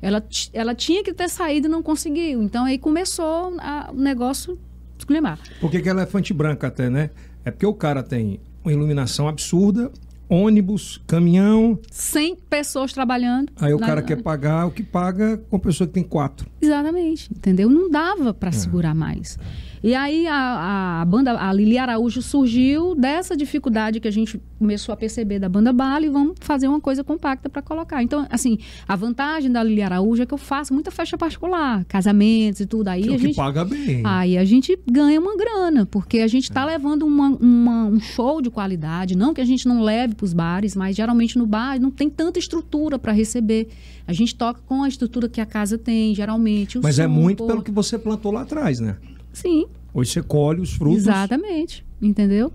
Ela, ti- ela tinha que ter saído e não conseguiu. Então, aí começou a- o negócio esculhambar.
Porque que é elefante branco até, né? É porque o cara tem uma iluminação absurda, ônibus, caminhão,
100 pessoas trabalhando.
aí o
na-
cara quer pagar o que é paga com a pessoa que tem quatro.
Exatamente, entendeu? Não dava
É.
para segurar mais. E aí a, a banda, a Lili Araújo surgiu dessa dificuldade que a gente começou a perceber da banda Bali, vamos fazer uma coisa compacta para colocar. Então, assim, a vantagem da Lili Araújo é que eu faço muita festa particular, casamentos e tudo. Aí
o
a
que
gente Ah,
paga bem.
Aí a gente ganha uma grana, porque a gente
É.
está levando uma- uma- um show de qualidade. Não que a gente não leve para os bares, mas geralmente no bar não tem tanta estrutura para receber. A gente toca com a estrutura que a casa tem, geralmente. o
Mas é
som,
muito
pô.
pelo que você plantou lá atrás, né?
Sim,
Hoje você colhe os frutos.
exatamente. Entendeu?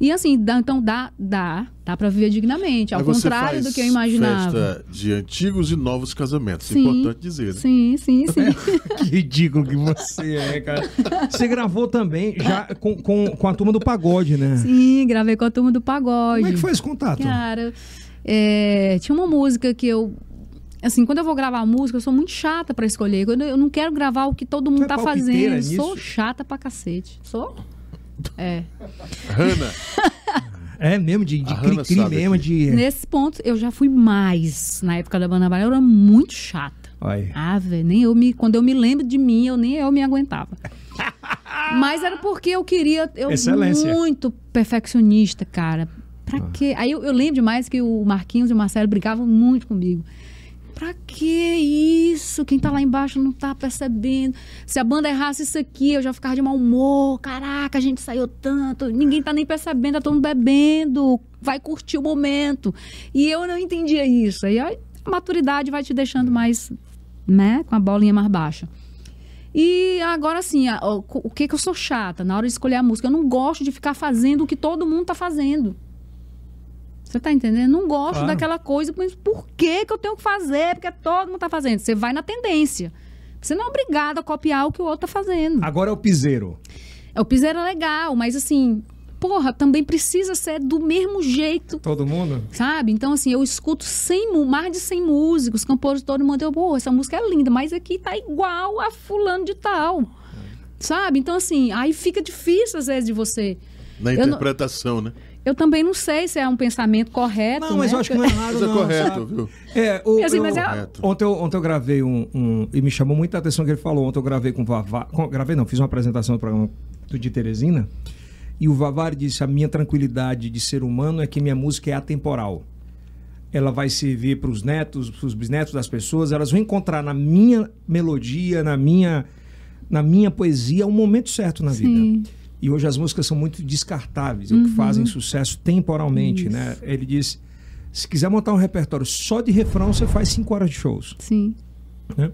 E assim, dá- então dá, dá, dá para viver dignamente, ao
Mas você
contrário
faz
do que eu imaginava.
Festa de antigos e novos casamentos.
Sim.
Importante dizer, né?
Sim, sim, sim.
Que ridículo que você é, cara. Você gravou também já com, com, com a turma do pagode, né?
sim, gravei com a turma do pagode. Ah.
Como é que foi esse contato?
Cara, é, tinha uma música que eu. Assim, quando eu vou gravar música, eu sou muito chata pra escolher. Quando eu não quero gravar o que todo mundo
é
tá
palpiteira
fazendo. Sou
nisso?
chata pra cacete. Sou? É.
Hannah,
É mesmo, de,
A
de
Hannah
cri-cri
sabe
mesmo,
aqui.
de...
Nesse ponto, É. eu já fui mais. Na época da Banda Bala, eu era muito chata.
Olha.
Ah, velho, nem eu me. Quando eu me lembro de mim, eu nem eu me aguentava. Mas era porque eu queria. Eu
Excelência.
muito perfeccionista, cara. Pra quê? Aí eu, eu lembro demais que o Marquinhos e o Marcelo brigavam muito comigo. Pra que isso? Quem tá lá embaixo não tá percebendo. Se a banda errasse isso aqui, eu já ficava de mau humor. Caraca, a gente saiu tanto. Ninguém tá nem percebendo, tá todo mundo bebendo. Vai curtir o momento. E eu não entendia isso. E aí a maturidade vai te deixando mais, né? Com a bolinha mais baixa. E agora assim, a- o o que que eu sou chata na hora de escolher a música? Eu não gosto de ficar fazendo o que todo mundo tá fazendo. Você tá entendendo? Não gosto
Claro.
daquela coisa, mas por que que eu tenho que fazer? Porque todo mundo tá fazendo. Você vai na tendência. Você não é obrigado a copiar o que o outro tá fazendo.
Agora é o piseiro.
É o piseiro é legal, mas assim, porra, também precisa ser do mesmo jeito
Todo mundo?
Sabe? Então, assim, eu escuto 100, mu- mais de 100 músicos, compositores, mandei, pô, essa música é linda, mas aqui tá igual a fulano de tal. Sabe? Então, assim, aí fica difícil, às vezes, de você.
na
Eu não-
interpretação, né?
Eu também não sei se é um pensamento correto.
Não, mas
né?
eu acho que não é errado,
Mas é
não.
correto,
sabe?
viu?
É, o,
Eu sei, mas
eu-
é-
Correto.
Ontem eu, ontem eu gravei um, um- E me chamou muita atenção o que ele falou. Ontem eu gravei com o Vavá. com- gravei não, fiz uma apresentação do programa do de Teresina. E o Vavar disse: A minha tranquilidade de ser humano é que minha música é atemporal. Ela vai servir para os netos, para os bisnetos das pessoas. Elas vão encontrar na minha melodia, na minha, na minha poesia, o momento certo na vida. E hoje as músicas são muito descartáveis, é o que
Uhum.
fazem sucesso temporalmente, né? Ele disse: se quiser montar um repertório só de refrão, você faz cinco horas de shows.
Sim.
né?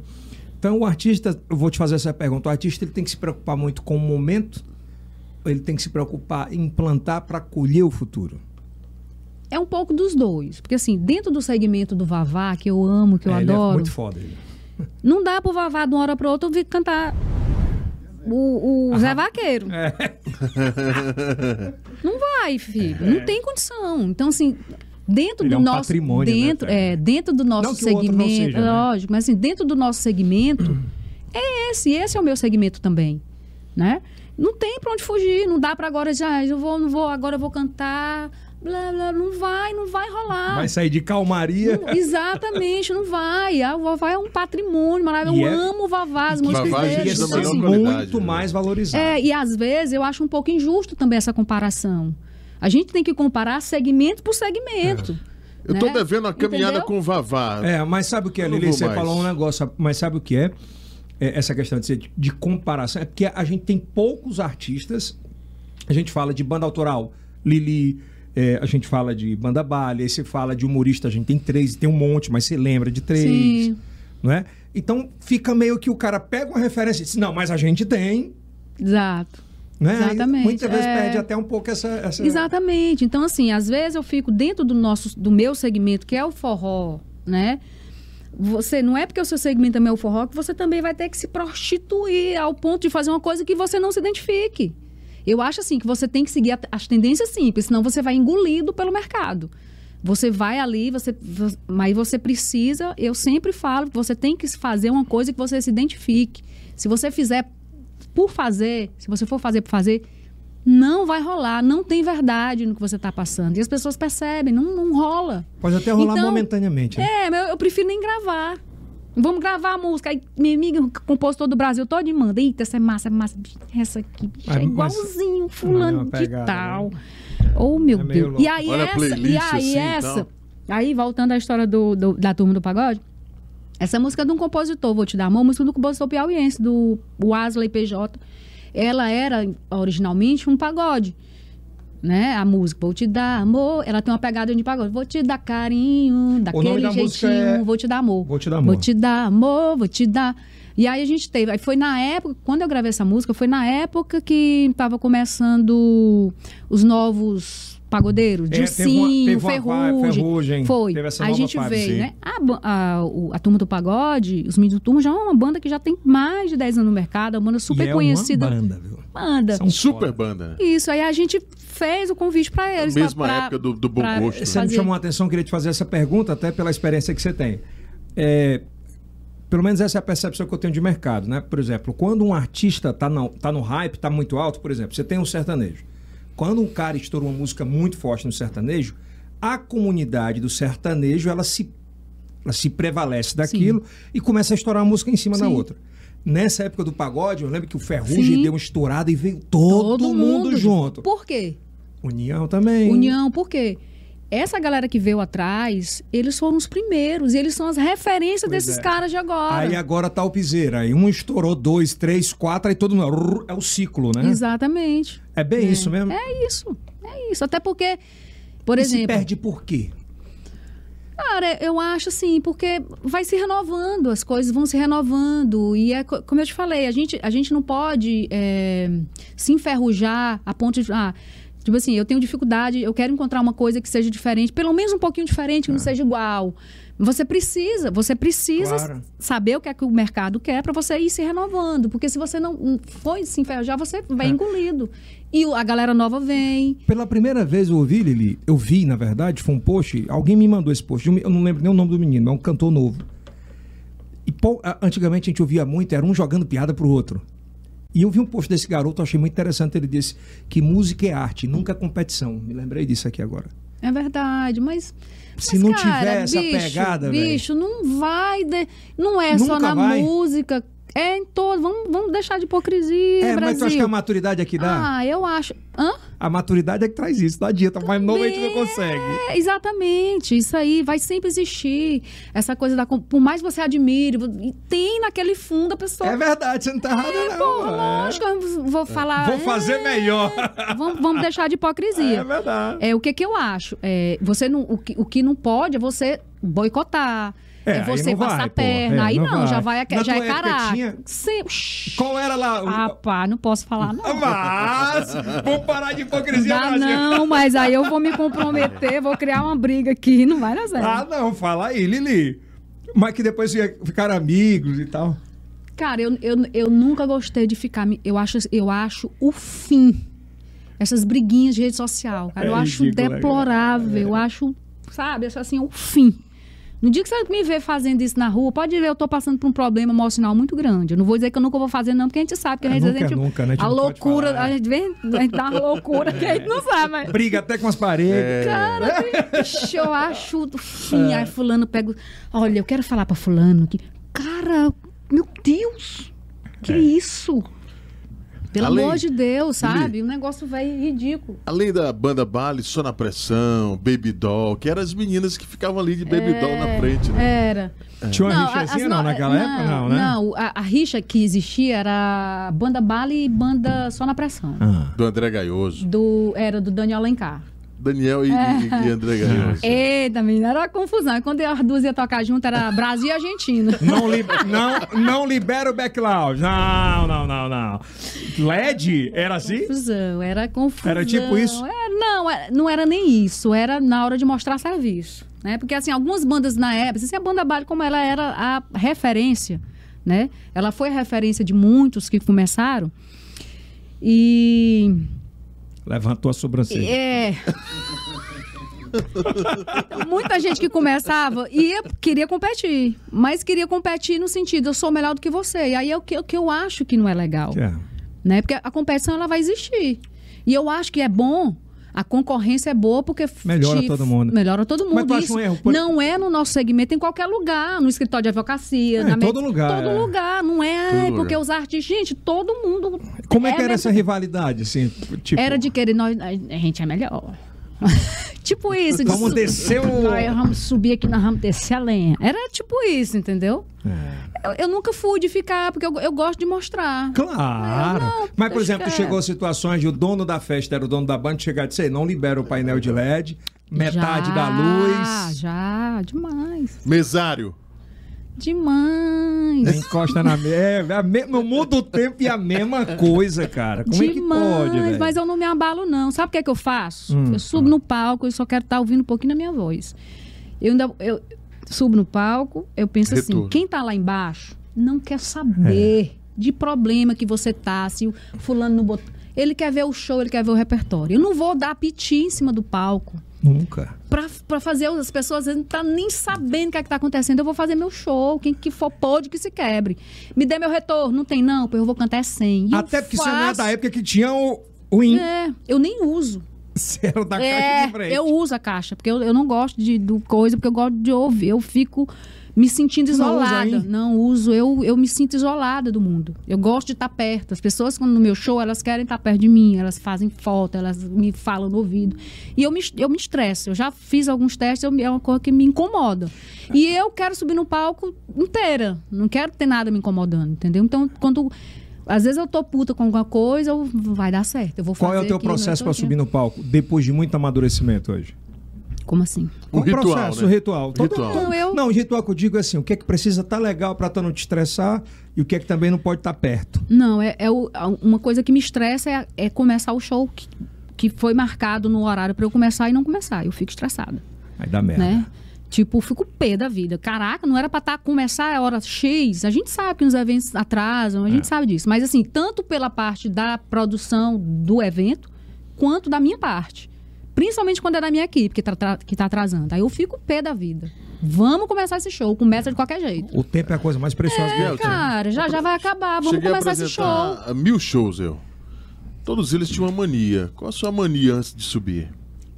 Então o artista, eu vou te fazer essa pergunta, o artista ele tem que se preocupar muito com o momento, ou ele tem que se preocupar em plantar para colher o futuro.
É um pouco dos dois. Porque, assim, dentro do segmento do Vavá, que eu amo, que eu
É, ele é
adoro,
muito foda. Ele.
não
É.
dá pro Vavá de uma hora pra outra vir cantar o, o Zé Vaqueiro. Não vai, filho. Não tem condição. Então, assim, dentro
É. Ele
do
é um
nosso.
patrimônio, né,
dentro,
cara?
é, dentro do nosso
Não que o outro não
segmento.
seja, né?
Lógico, mas assim, dentro do nosso segmento, é esse, esse é o meu segmento também. Né? Não tem pra onde fugir, não dá pra agora já, eu vou, não vou, agora eu vou cantar. Blá, blá, não vai, não vai rolar.
Vai sair de calmaria.
Não, exatamente, não vai. Ah, O Vavá é um patrimônio maravilhoso.
E
Eu
é-
amo o Vavá, as músicas
Vavá, a é gente
Ia
dele.
da
ser
são
melhor
assim,
qualidade,
muito
né?
mais valorizado.
é, e às vezes eu acho um pouco injusto também essa comparação. A gente tem que comparar segmento por segmento.
É. Eu tô
né?
devendo uma caminhada
Entendeu?
com o Vavá.
É, mas sabe o que é,
Eu não
Lili?
vou
Você
mais.
falou um negócio, mas sabe o que é? É, essa questão de, ser de- de comparação. É porque a gente tem poucos artistas. A gente fala de banda autoral, Lili. é, a gente fala de banda balha, aí você fala de humorista, a gente tem três, tem um monte, mas você lembra de três.
Sim.
Não é? Então fica meio que o cara pega uma referência e diz, não, mas a gente tem.
Exato.
Né? E
Exatamente,
Muitas vezes
é.
perde até um pouco essa. essa...
Exatamente. Então, assim, às vezes eu fico dentro do nosso, do meu segmento, que é o forró, né? Você não é porque o seu segmento também é o forró que você também vai ter que se prostituir ao ponto de fazer uma coisa que você não se identifique. Eu acho assim que você tem que seguir a- as tendências simples, senão você vai engolido pelo mercado. Você vai ali, você, vo- mas você precisa, eu sempre falo, você tem que fazer uma coisa que você se identifique. Se você fizer por fazer, se você for fazer por fazer, não vai rolar, não tem verdade no que você está passando. E as pessoas percebem, não, não rola.
Pode até rolar
Então,
momentaneamente. né?
É, mas eu, eu prefiro nem gravar. Vamos gravar a música. Aí minha amiga, o compositor do Brasil todo, me manda. Eita, essa é massa, é massa. bicho, Essa aqui, bicho, é
Mas- mas-
igualzinho,
Mas é
fulano
uma
de
pegada,
tal. Oh, meu
É meio
Deus.
louco.
E aí
Olha a
essa, e
playlist,
aí
assim, e
essa.
tal.
Aí, voltando à história do, do- da turma do pagode, essa música é de um compositor, vou te dar a mão, música do compositor piauiense, do Wesley PJ. Ela era originalmente um pagode né? A música, vou te dar amor, ela tem uma pegada de pagode. Vou te dar carinho, daquele
da música
jeitinho,
é
vou te dar amor.
Vou te dar amor. é
Vou te dar amor, vou te dar. E aí a gente teve, aí foi na época, quando eu gravei essa música, foi na época que tava começando os novos pagodeiros,
É,
Dilcinho,
teve uma- teve uma vibe,
Ferrugem.
Ferrugem,
Foi.
teve essa
Aí a
nova
gente
fase,
veio,
sim.
né? A, ba- a, o- a Turma do Pagode, os Meninos do Turma, já é uma banda que já tem mais de 10 anos no mercado, é uma banda super
E é
conhecida.
Uma banda, viu?
Banda.
São foda.
Super banda.
Isso, aí a gente fez o convite pra eles. pra-
Mesma
pra-
época do- do Bom
pra
Gosto, né?
Você me
fazer.
chamou a atenção, queria te fazer essa pergunta, até pela experiência que você tem. É, pelo menos essa é a percepção que eu tenho de mercado, né? Por exemplo, quando um artista tá, na, tá no hype, tá muito alto, por exemplo, você tem um sertanejo. Quando um cara estoura uma música muito forte no sertanejo, a comunidade do sertanejo, ela se, ela se prevalece daquilo e começa a estourar uma música em cima da
Sim.
outra. Nessa época do pagode, eu lembro que o Ferrugem
Sim.
deu uma estourada e veio todo, mundo, junto.
Por quê?
União também.
União, por quê? Essa galera que veio atrás, eles foram os primeiros. E eles são as referências
Pois
desses
é.
caras de agora.
Aí agora tá o piseira. Aí um estourou, dois, três, quatro, aí todo mundo. rrr, É o ciclo, né?
Exatamente.
É bem isso mesmo.
É isso. É isso. Até porque, por
e se
exemplo...
perde por quê?
Cara, eu acho assim, porque vai se renovando, as coisas vão se renovando. E é co- como eu te falei, a gente, a gente não pode é, se enferrujar a ponto de. Ah, tipo assim, eu tenho dificuldade, eu quero encontrar uma coisa que seja diferente, pelo menos um pouquinho diferente, que não seja igual. Você precisa, você precisa
Claro.
saber o que é que o mercado quer para você ir se renovando. Porque se você não foi se enferrujar, você vai engolido. E o- a galera nova vem.
Pela primeira vez eu ouvi, Lili, eu vi, na verdade, foi um post, alguém me mandou esse post, eu não lembro nem o nome do menino, é um cantor novo. E pou- a- antigamente a gente ouvia muito, era um jogando piada pro outro. E eu vi um post desse garoto, eu achei muito interessante, ele disse que música é arte, nunca é competição. Me lembrei disso aqui agora.
É verdade, mas.
Se
mas,
não
cara,
tiver essa
bicho,
pegada, velho.
Bicho, não vai. de- Não é só
Nunca
na
vai.
música. É em todo. Vamos, vamos deixar de hipocrisia,
é, mas tu acha que
Brasil.
a maturidade é que dá?
Ah, eu acho. Hã?
A maturidade é que traz isso, não adianta, mas novo a gente não consegue.
É, exatamente. Isso aí vai sempre existir. Essa coisa da. com- Por mais que você admire, e tem naquele fundo a pessoa.
É verdade, você não tá errado,
É,
não.
pô,
é.
lógico, eu vou falar.
Vou fazer melhor.
é, vamos, vamos deixar de hipocrisia.
É verdade.
É, o que que eu acho? É, você não, o, que, o que não pode é você boicotar.
É,
É,
aí
você
não vai,
passar a
pô.
perna.
É,
aí
não
não,
vai.
já vai,
Na
já
tua
é
época
caraca.
tinha-
Sim, shh,
Qual era lá? o-
Ah, pá, não posso falar, não.
Mas, vou parar de hipocrisia,
Dá
Brasil.
não, mas aí eu vou me comprometer, vou criar uma briga aqui, não vai dar certo.
Ah, não, fala aí, Lili. Mas que depois ficaram amigos e tal.
Cara, eu, eu, eu nunca gostei de ficar. me- Eu acho, eu acho o fim Essas briguinhas de rede social, cara.
É
eu acho
ridículo, né, É.
deplorável. Eu acho, sabe, eu acho assim, o fim. No dia que você me ver fazendo isso na rua, pode ver, eu tô passando por um problema emocional muito grande. Eu não vou dizer que eu nunca vou fazer, não, porque a gente sabe
É,
que às vezes a
nunca,
gente.
nunca, né? A gente
A
não pode
loucura,
falar, né?
a gente vem, a gente dá uma loucura que a gente não sabe, mas.
Briga até com as paredes. É.
Cara, tem- Ixi, eu acho do fim. Aí fulano pega. o- Olha, eu quero falar pra fulano que. Cara, meu Deus! Que
É.
isso? Pelo
Além-
amor de Deus, sabe? O negócio vai ridículo.
Além da banda Bali, Só na Pressão, Baby Doll, que eram as meninas que ficavam ali de Baby Doll
É.
na frente, né?
Era.
Tinha uma
a-
rixazinha
as
não,
no-
naquela época? Não, né?
Não, a, a rixa que existia era banda bala e banda só na pressão.
Ah.
Do André Gaioso.
Do, era do Daniel Alencar.
Daniel e, e- e André Gaioso.
É. Eita, menina, era confusão. E quando as duas iam tocar junto, era Brasil e Argentina.
Não, li- não, não libera o backloud. Não, não, não, não. LED era assim?
É. confusão, era confusão.
Era tipo isso?
Era- não, era- não era nem isso. Era na hora de mostrar serviço. Né? Porque, assim, algumas bandas na época, assim, a banda Bale, como ela era a referência, né? Ela foi a referência de muitos que começaram. E.
Levantou a sobrancelha.
É. Muita gente que começava ia, queria competir, mas queria competir no sentido, eu sou melhor do que você. E aí é o que, o que eu acho que não é legal
É.
né? Porque a competição ela vai existir. E eu acho que é bom. A concorrência é boa porque f-
Melhora todo mundo.
Melhora todo mundo.
Mas tu acha
Isso
um erro, por-
Não é no nosso segmento, em qualquer lugar, no escritório de advocacia,
É,
na
em
me-
todo lugar,
Todo
é.
lugar, não é?
Todo
ai,
lugar.
porque os artistas, gente, todo mundo
Como é, que era
mesmo-
essa rivalidade, assim? Tipo,
Era de querer nós, a gente é melhor. tipo isso, de
Vamos
su-
descer o-
Nós vamos subir aqui, nós vamos descer a lenha. Era tipo isso, entendeu?
É.
Eu, eu nunca fui de ficar, porque eu, eu gosto de mostrar.
Claro.
Não, não,
Mas, por
deixa
exemplo, tu
quieto.
chegou a situações de o dono da festa era o dono da banda chegar e dizer, "Ei, não libera o painel de LED, metade
Já,
da luz.
Já, demais.
Mesário.
Demais.
Encosta na É, mesa. Não muda o tempo e a mesma coisa, cara. Como é que
demais.
pode, velho? Hum,
mas eu não me abalo, não. Sabe o que é que eu faço? eu subo no palco, eu só quero estar ouvindo um pouquinho da minha voz. Eu ainda. Eu subo no palco, eu penso
Retorno.
assim: quem tá lá embaixo não quer
É.
saber de problema que você tá, se o fulano não botou. Ele quer ver o show, ele quer ver o repertório. Eu não vou dar piti em cima do palco.
Nunca.
pra, pra fazer as pessoas às vezes, não tá nem sabendo o que é que tá acontecendo. Eu vou fazer meu show, quem que for pôde que se quebre. Me dê meu retorno, não tem não, pô, eu vou cantar é 100. E eu
Até porque você não é
faço.
da época que tinha o, o in...
É, eu nem uso.
Você era da caixa de frente.
É, eu uso a caixa, porque eu, eu não gosto de do coisa, porque eu gosto de ouvir. Eu fico me sentindo
Tu não usa,
isolada.
hein?
Não uso, eu, eu me sinto isolada do mundo. Eu gosto de estar perto. As pessoas, quando no meu show, elas querem estar perto de mim, elas fazem foto, elas me falam no ouvido. E eu me, eu me estresso. Eu já fiz alguns testes, eu me- é uma coisa que me incomoda. E eu quero subir no palco inteira. Não quero ter nada me incomodando, entendeu? Então, quando. Às vezes eu tô puta com alguma coisa, eu- vai dar certo. Eu vou
Qual é o
fazer né? Então,
teu
aqui, não, eu
processo
tô
pra
aqui.
subir no palco, depois de muito amadurecimento hoje?
Como assim?
O ritual,
processo,
né?
o ritual. Todo-
Ritual.
todo-
Não, eu-
Não, o ritual que eu digo é assim, o que é que precisa estar legal pra tu não te estressar e o que é que também não pode estar perto.
Não, é, é o- a- uma coisa que me estressa é, é começar o show que, que foi marcado no horário pra eu começar e não começar. Eu fico estressada,
Aí dá merda.
né? Tipo, fico pé da vida. Caraca, não era pra tá, começar a hora X. A gente sabe que os eventos atrasam, a gente sabe disso. Mas assim, tanto pela parte da produção do evento, quanto da minha parte. Principalmente quando é da minha equipe que tá, tra- que tá atrasando. Aí eu fico pé da vida. Vamos começar esse show. Começa de qualquer jeito.
O tempo é a coisa mais preciosa que
É,
eu
cara.
tenho.
Cara, já já vai acabar. Ah, Vamos
Cheguei a
começar esse show.
apresentar mil shows, eu. Todos eles tinham uma mania. Qual a sua mania antes de subir?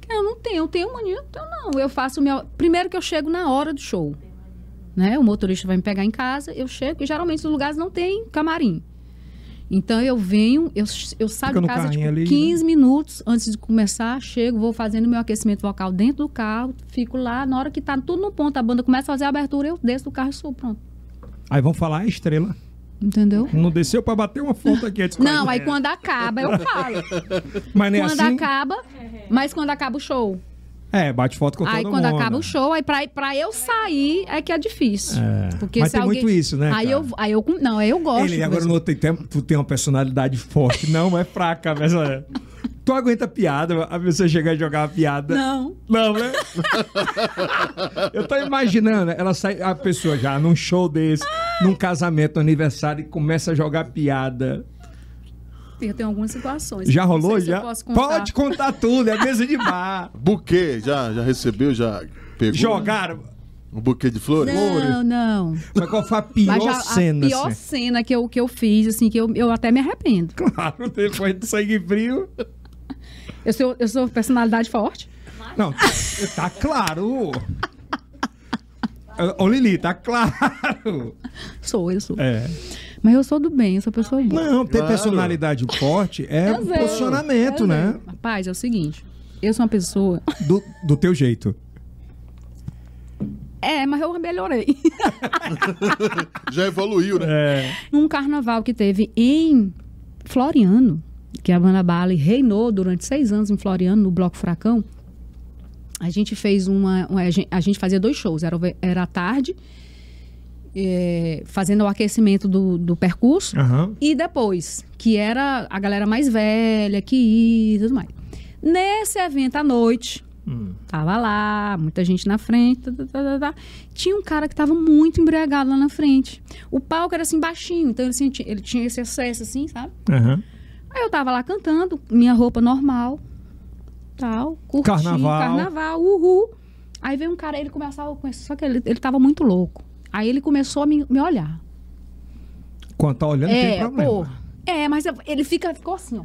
Eu não tenho, eu tenho mania, então não. Eu faço minha. Primeiro que eu chego na hora do show. Né? O motorista vai me pegar em casa, eu chego, e geralmente os lugares não tem camarim. Então eu venho, eu, eu
Fica
saio de
no
casa tipo,
carrinho ali, né?
15 minutos antes de começar, chego, vou fazendo meu aquecimento vocal dentro do carro, fico lá, na hora que tá tudo no ponto, a banda começa a fazer a abertura, eu desço do carro e subo, pronto.
Aí vão falar, ah, estrela.
Entendeu?
Não desceu pra bater uma foto aqui. antes de
Não,
fazer.
aí quando acaba, eu falo.
Mas nem
quando
assim,
acaba, mas quando acaba o shoou.
é, bate foto com todo
Aí
mundo.
quando acaba o show, aí pra, pra eu sair é que é difícil.
É.
Porque
Mas
se
tem
alguém...
muito isso, né, cara?
Aí eu, aí eu. Não, aí eu gosto.
Ele agora
mas-
no outro tempo tu tem uma personalidade forte. Não, é fraca, mas olha. Tu aguenta piada, a pessoa chegar e jogar uma piada.
Não.
Não, né? Eu tô imaginando, ela sai, a pessoa já num
Ah!
show desse, num casamento, num aniversário, e começa a jogar piada.
terra. Tem algumas situações.
Já
Não sei
rolou?
se
Já?
Eu posso contar.
Pode contar tudo, é mesa de bar.
Buquê, já, já recebeu, já pegou? né?
Jogaram.
Um buquê de flores?
Não, não.
Mas qual foi a pior
Mas já,
cena?
a pior
assim?
cena que eu, que eu fiz, assim, que eu, eu até me arrependo.
Claro, depois do sangue frio.
Eu sou, eu sou personalidade forte.
Não, tá claro. Ô, Lili, tá claro.
Sou, eu sou.
É.
Mas eu sou do bem, eu sou pessoa boa.
Não, ter
Claro.
personalidade forte é
Eu
um
sei,
posicionamento,
eu
né?
sei. Rapaz, é o seguinte. Eu sou uma pessoa.
Do, do teu jeito.
É, mas eu melhorei.
Já evoluiu, né?
É.
Num Um carnaval que teve em Floriano, que a Banda Bale reinou durante seis anos em Floriano, no Bloco Furacão, a gente fez uma. uma- a gen- a gente fazia dois shows, era, o ve- era à tarde, eh, fazendo o aquecimento do, do percurso.
Aham.
E depois, que era a galera mais velha que ia e tudo mais. Nesse evento à noite, tava lá, muita gente na frente, tá, tá, tá, tá, tá. tinha um cara que tava muito embriagado lá na frente. O palco era assim baixinho, então ele, sentia- ele tinha esse acesso assim, sabe?
Aham.
Aí eu tava lá cantando, minha roupa normal, tal, curtindo,
Carnaval.
carnaval, uhul. Aí veio um cara, ele começava, com esse- só que ele, ele tava muito louco. Aí ele começou a me- me olhar.
Quando tá olhando, tem
É,
problema.
pô. É, mas eu- ele fica, ficou assim, ó.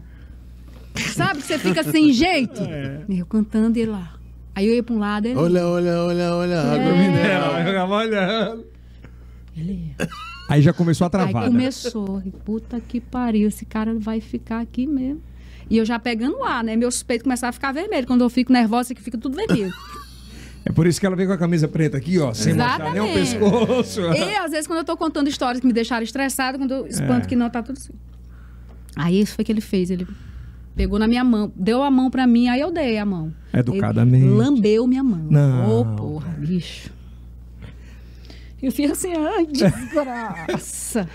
Sabe que você fica sem jeito?
É.
Eu cantando e ele lá. Aí eu ia pra um lado, ele.
Olha, olha, olha, olha. a água mineral.
É, eu tava olhando.
ele ia.
Aí já começou a
Aí
travar. né?
começou. e, Puta que pariu, esse cara vai ficar aqui mesmo. E eu já pegando ar, né? Meus peitos começaram a ficar vermelho. Quando eu fico nervosa, que fica tudo vermelho.
É por isso que ela veio com a camisa preta aqui, ó, sem mostrar nem o
Exatamente.
pescoço.
E às vezes, quando eu tô contando histórias que me deixaram estressada, quando eu
É.
espanto que não, tá tudo assim. Aí isso foi que ele fez. Ele pegou na minha mão, deu a mão pra mim, aí eu dei a mão.
Educadamente.
Ele lambeu minha mão.
Não.
Ô, porra, bicho. Eu fiz assim, ai, desgraça.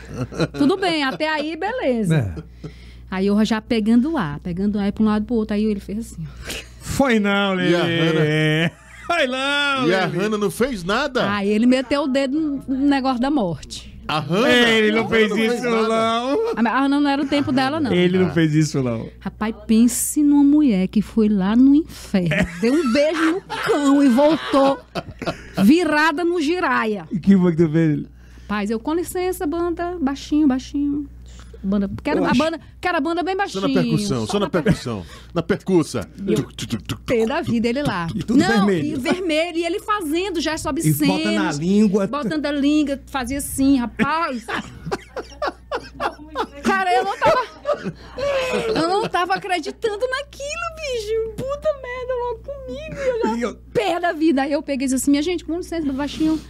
tudo bem, até aí, beleza.
É.
Aí eu já pegando ar, pegando ar pra um lado e pro outro. Aí ele fez assim, ó.
Foi não, Lili.
E a
Foi não,
E a
Lili.
Hanna não fez nada?
Aí ele meteu o dedo no negócio da morte.
A Hanna?
Ele não
A
fez
Hanna
isso,
nada. Ah.
não.
Ah, não, não era o tempo dela, não.
Ele não fez isso, não.
Rapaz, pense numa mulher que foi lá no inferno, deu um beijo no cão e voltou virada no giraia.
E que foi que tu fez?
Rapaz, eu com licença, banda, baixinho, baixinho. Banda, quero,
Eu
a
acho-
banda, quero a banda bem
Só
baixinho.
na percussão, só na percussão. Na percussa.
Tem da vida ele lá.
E tudo
Não,
vermelho.
e vermelho, e ele fazendo gestos
E
obscenos.
bota na língua.
Botando a língua, fazia assim, rapaz. Cara, eu não tava. Eu não tava acreditando naquilo, bicho. Puta merda, logo comigo. Eu já
E eu-
pé da vida. Aí eu peguei e disse assim: minha gente, com licença, baixinho.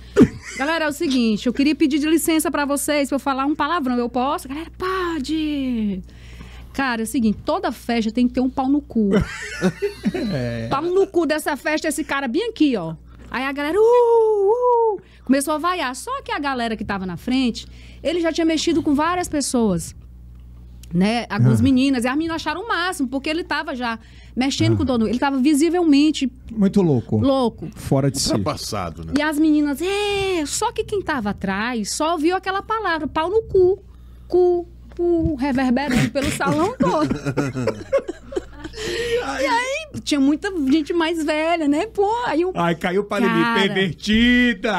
Galera, é o seguinte, eu queria pedir de licença pra vocês pra eu falar um palavrão. Eu posso? Galera, pode! Cara, é o seguinte, toda festa tem que ter um pau no cu.
É.
Pau no cu dessa festa, esse cara bem aqui, ó. Aí a galera, uh, uh, começou a vaiar. Só que a galera que tava na frente, ele já tinha mexido com várias pessoas. Né? Algumas meninas. E as meninas acharam o máximo, porque ele tava já mexendo com o dono. Ele tava visivelmente
Muito louco.
louco.
Fora de si.
Passado, né?
E as meninas, é, só que quem tava atrás só ouviu aquela palavra, pau no cu. Cu, cu, reverberando pelo salão todo. e aí, tinha muita gente mais velha, né? Pô, aí o.
Ai, caiu pra Lili.
Cara.
Pervertida!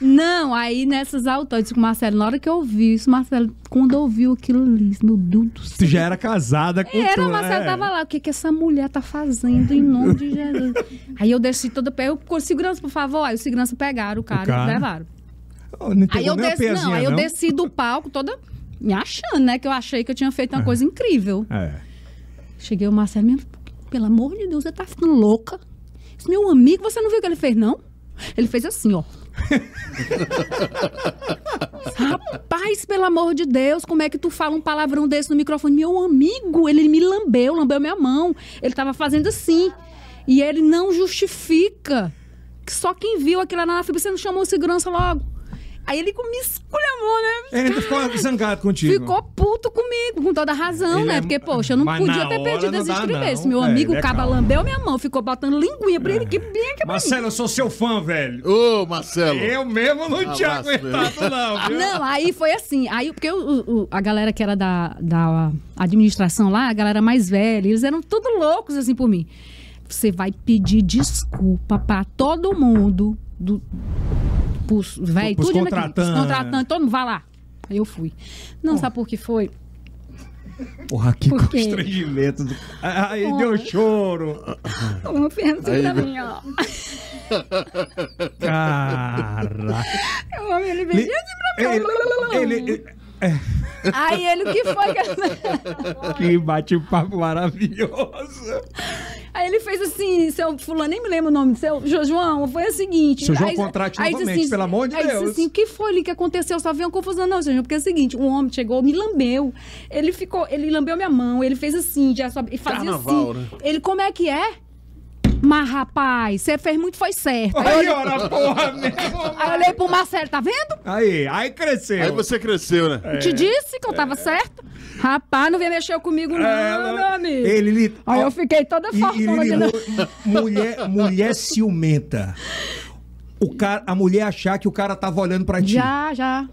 Não, aí nessas alturas, com o Marcelo, na hora que eu ouvi isso, Marcelo, quando ouviu aquilo ali, meu Deus do céu.
Tu já era casada com
Era,
tu,
o Marcelo
né?
tava lá. O que que essa mulher tá fazendo em nome de Jesus? Aí eu desci toda pé. Eu, "Ô, segurança, por favor. Aí o segurança pegaram o cara,
O cara.
e levaram.
Oh, não
Aí eu,
nem a
desci, não,
pezinha,
aí eu desci do palco toda me achando, né? Que eu achei que eu tinha feito uma coisa incrível.
É.
Cheguei o Marcelo, minha, pelo amor de Deus, você tá ficando louca. Esse meu amigo, você não viu o que ele fez, não? Ele fez assim, ó. Rapaz, pelo amor de Deus, como é que tu fala um palavrão desse no microfone? Meu amigo, ele me lambeu, lambeu minha mão. Ele tava fazendo assim. E ele não justifica. Que Só quem viu aquilo lá na frente, você não chamou o segurança logo. Aí ele me esculhamou, né?
Ele ainda ficou zangado contigo.
Ficou puto comigo, com toda a razão,
Ele
né?
é-
Porque, poxa, eu não
Mas
podia
na
ter
hora
perdido
não
as
dá,
estribeiras.
não.
Meu
É,
amigo,
ele é
o caba
calmo.
lambeu minha mão, ficou botando linguinha pra ele, que bem que
Marcelo, eu sou seu fã, velho.
Ô, Marcelo!
Eu mesmo não tinha
Abraço,
aguentado, não. viu?
Ah, Não, aí foi assim. Aí, porque o- o- a galera que era da, da administração lá, a galera mais velha, eles eram tudo loucos assim por mim. Você vai pedir desculpa pra todo mundo do pros velho,
Pros
tudo
contratantes.
contratante, todo mundo vai lá. Aí eu fui. Não sabe por que foi?
Porra, que
Por quê?
constrangimento. do- Aí deu choro.
Uma pergunta
Aí,
pra
viu?
mim, ó.
Caraca.
É O homem, ele veio assim pra mim.
Ele- ele-
Aí ele, o que foi? que-
que bate-papo maravilhoso.
Aí ele fez assim, seu fulano, nem me lembro o nome do seu, Jo- João, foi o seguinte...
Seu João,
aí,
contrate
aí disse
novamente, pelo amor de
aí disse
Deus.
assim, o que foi ali que aconteceu? Só veio uma confusão. Não, seu João, porque é o seguinte, um homem chegou, me lambeu, ele ficou, ele lambeu minha mão, ele fez assim, já só, e fazia
Carnaval,
assim.
né?
Ele, como é que é? Mas, rapaz, você fez muito, foi certo. Aí,
Aí, ora, porra mesmo.
aí eu olhei pro Marcelo, tá vendo?
Aí, aí cresceu.
Aí você cresceu, né?
É.
Te disse que eu tava certo? Rapaz, não vem mexer comigo não,
Ela- é
meu amigo.
Ele, li-
Aí
ó,
eu fiquei né? toda
e- e
fortuna.
ele
de novo.
ligou- mulher, mulher ciumenta. O cara, a mulher achar que o cara tava olhando pra ti.
Já, já.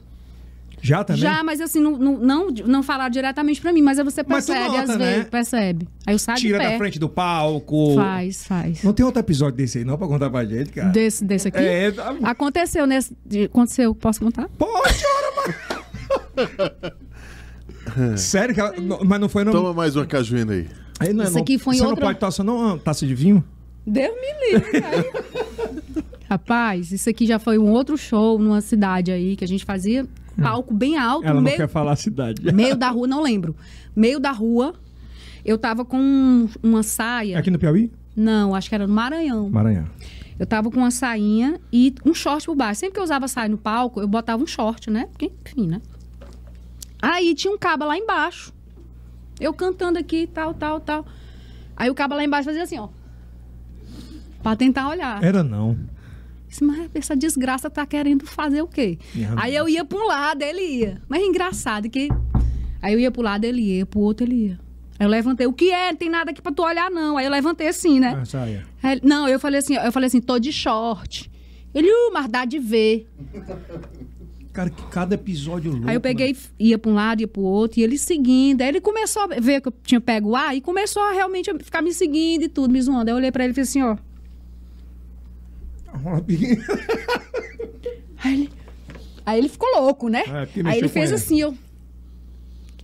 Já também?
Já, mas assim, não, não, não, não falaram diretamente pra mim, mas aí você
Mas tu
percebe,
nota,
às
né?
vezes, percebe. Aí eu saio
Tira
tá de pé.
da frente do palco.
Faz, faz.
Não tem outro episódio desse aí não pra contar pra gente, cara?
Desse, desse aqui?
É, tá-
Aconteceu nesse. de- Aconteceu, posso contar?
Pode, ora, mano. Sério que ela... não- Mas não foi não...
Toma mais uma cajuína aí.
Aí não é,
Isso
não.
aqui foi em
Você
outra-
não pode taça não? Ah, Taça de vinho?
Deus me livre, cara. Rapaz, isso aqui já foi um outro show numa cidade aí que a gente fazia palco bem alto,
Hum. Ela
no
não
meio,
quer falar a cidade.
meio da rua, não lembro. Meio da rua. Eu tava com um- uma saia.
Aqui no Piauí?
Não, acho que era no Maranhão.
Maranhão.
Eu tava com uma sainha e um short por baixo. Sempre que eu usava saia no palco, eu botava um short, né? Porque, enfim, né? Aí tinha um caba lá embaixo. Eu cantando aqui, tal, tal, tal. Aí o caba lá embaixo fazia assim, ó. Pra tentar olhar.
Era não.
Disse, mas essa desgraça tá querendo fazer o quê?
Minha
Aí eu ia pra um lado, ele ia. Mas é engraçado que. Aí eu ia pro lado, ele ia, pro outro ele ia. Aí eu levantei, o que é? Não tem nada aqui pra tu olhar, não. Aí eu levantei assim, né?
Ah, saia.
Aí ele- Não, eu falei assim, eu falei assim, tô de short. Ele, uh, mas dá de ver.
Cara, que cada episódio louco.
aí eu peguei, ia pra um lado, ia pro outro, e ele seguindo. Aí ele começou a ver que eu tinha pego o ar e começou a realmente ficar me seguindo e tudo, me zoando. Aí eu olhei pra ele e falei assim, ó.
Né?
Aí ele, aí ele ficou louco, né?
É, porque
aí
mexeu
ele
com
fez
ele.
assim, eu.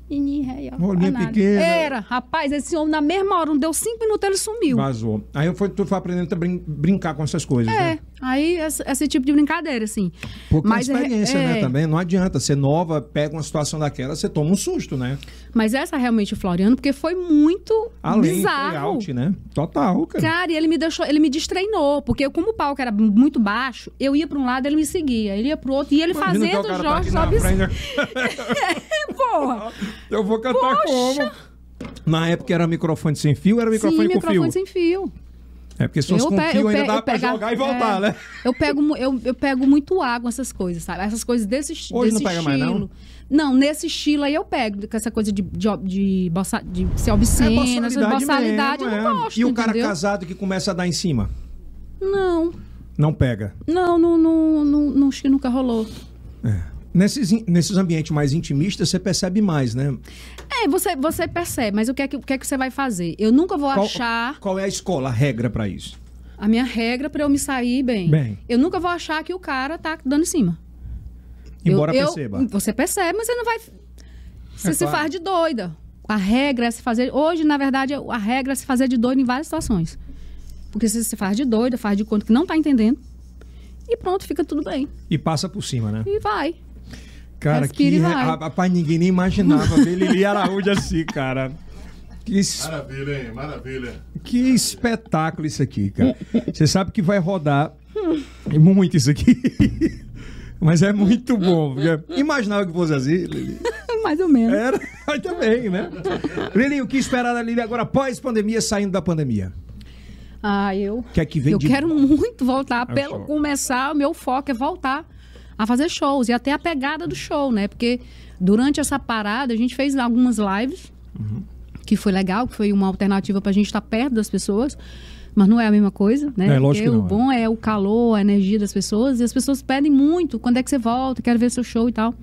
Menina, aí, ó,
Olhinho
danado.
pequeno.
Era, rapaz, esse homem na mesma hora, não deu cinco minutos, ele sumiu.
Vazou. Aí eu fui, tu foi aprendendo a brin- brincar com essas coisas,
É,
né?
aí esse, esse tipo de brincadeira, assim.
Porque
Mas é-
a experiência, né,
é.
também. Não adianta. Você é nova, pega uma situação daquela, você toma um susto, né?
Mas essa realmente, Floriano, porque foi muito
Além, foi
bizarro. Tá
out, né? Total, cara.
Cara, e ele me deixou, ele me destreinou, porque eu, como o palco era muito baixo, eu ia pra um lado, ele me seguia, ele ia pro outro, e ele
Imagina que
fazendo
cara
o
tá
Jorge
aqui na
sobe.
frente.
Porra!
Eu vou cantar
Poxa!
como? Na época era microfone sem fio, era microfone
Sim,
com
microfone
fio.
sem fio.
É porque se fosse com
pe-
fio ainda
pe-
dava
eu
pra
pega-
jogar e voltar,
é,
né?
Eu pego, mu- eu, eu pego muito água, essas coisas, sabe? Essas coisas desse, esti-
Hoje
desse
não pega mais,
estilo.
não?
Não, nesse estilo aí eu pego, com essa coisa de, de, de, bossa- de ser obsceno, essa
É boçalidade
boçalidade,
mesmo,
eu
é.
não gosto,
E o cara
entendeu?
casado que começa a dar em cima.
Não,
Não pega.
não, não, não, não, não, acho que nunca rolou.
é. Nesses, in- nesses ambientes mais intimistas, você percebe mais, né?
É, você, você percebe, mas o que, é que, o que é que você vai fazer? Eu nunca vou
Qual,
achar
qual é a escola, a regra pra isso?
a minha regra pra eu me sair bem.
Bem.
Eu nunca vou achar que o cara tá dando em cima. Eu-
Embora
eu-
perceba.
Você percebe, mas você não vai. Você
É
se
claro.
faz de doida. A regra é se fazer. Hoje, na verdade, a regra é se fazer de doido em várias situações. Porque você se faz de doida, faz de conta que não tá entendendo. E pronto, fica tudo bem.
E passa por cima, né?
E vai.
Cara,
Respira
que.
e
re-
vai.
ah, Rapaz, ninguém nem imaginava ver Lili Araújo assim, cara. Que, es-
Maravilha, hein? Maravilha.
que espetáculo isso aqui, cara. Você sabe que vai rodar muito isso aqui. Mas é muito bom. porque Imaginava que fosse assim, Lili.
Mais ou menos.
Era, mas também, né? Lili, o que esperar da Lili agora pós-pandemia, saindo da pandemia?
Ah, eu.
Que é que vem
eu
de-
quero muito voltar.
É o
Pelo
show.
começar, o meu foco é voltar a fazer shows e até a pegada do show, né? Porque durante essa parada a gente fez algumas lives,
Uhum.
que foi legal, que foi uma alternativa para a gente estar perto das pessoas. Mas não é a mesma coisa, né?
É, lógico
Porque
que não,
o
é.
bom é o calor, a energia das pessoas. E as pessoas pedem muito. Quando é que você volta? Quero ver seu show e tal.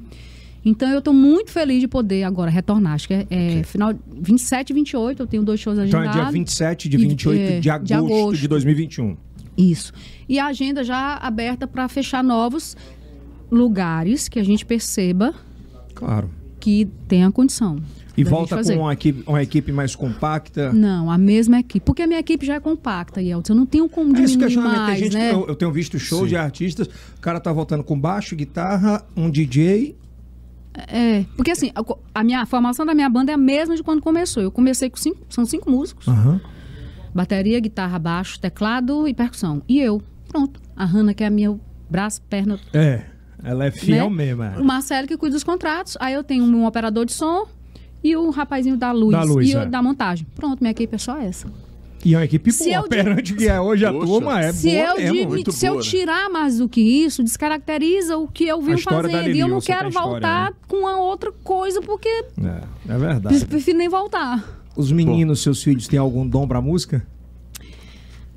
Então eu tô muito feliz de poder agora retornar. Acho que é, é final 27 e 28. Eu tenho dois shows
Então
agendados.
é dia 27 de
E-
28
é,
de, agosto de 2021.
isso. E a agenda já aberta para fechar novos lugares que a gente perceba
Claro.
que tem a condição.
E
da gente
volta
fazer.
com uma equipe, uma equipe mais compacta.
Não, a mesma equipe. Porque a minha equipe já é compacta, Yeltsin. Eu não tenho como
É esse
diminuir
questionamento. Tem
mais,
gente
né?
que eu, eu tenho visto shows de artistas, o cara tá voltando com baixo, guitarra, um DJ.
É, porque assim, a, co- a minha a formação da minha banda é a mesma de quando começou. Eu comecei com cinco, são cinco músicos. Bateria, guitarra, baixo, teclado e percussão. E eu, pronto. A Hanna, que é a minha braço, perna,
É. Ela é fiel
né?
mesmo.
O
é.
Marcelo que cuida dos contratos. Aí eu tenho um operador de som e o rapazinho da luz,
Da luz,
e eu-
é.
da montagem. Pronto, minha equipe é só essa.
E é uma equipe
Se
boa.
eu di-
Perante o que é hoje a
Poxa.
turma, é
se
boa
eu,
mesmo.
dimi-
muito
se eu
boa, né?
tirar mais do que isso, descaracteriza o que eu
A
vim
história da
fazendo. E eu não
Lenilson tem
quero
história, né?
voltar com a outra coisa, porque
É, é verdade.
prefiro nem voltar.
Os meninos, seus filhos, têm algum dom pra música?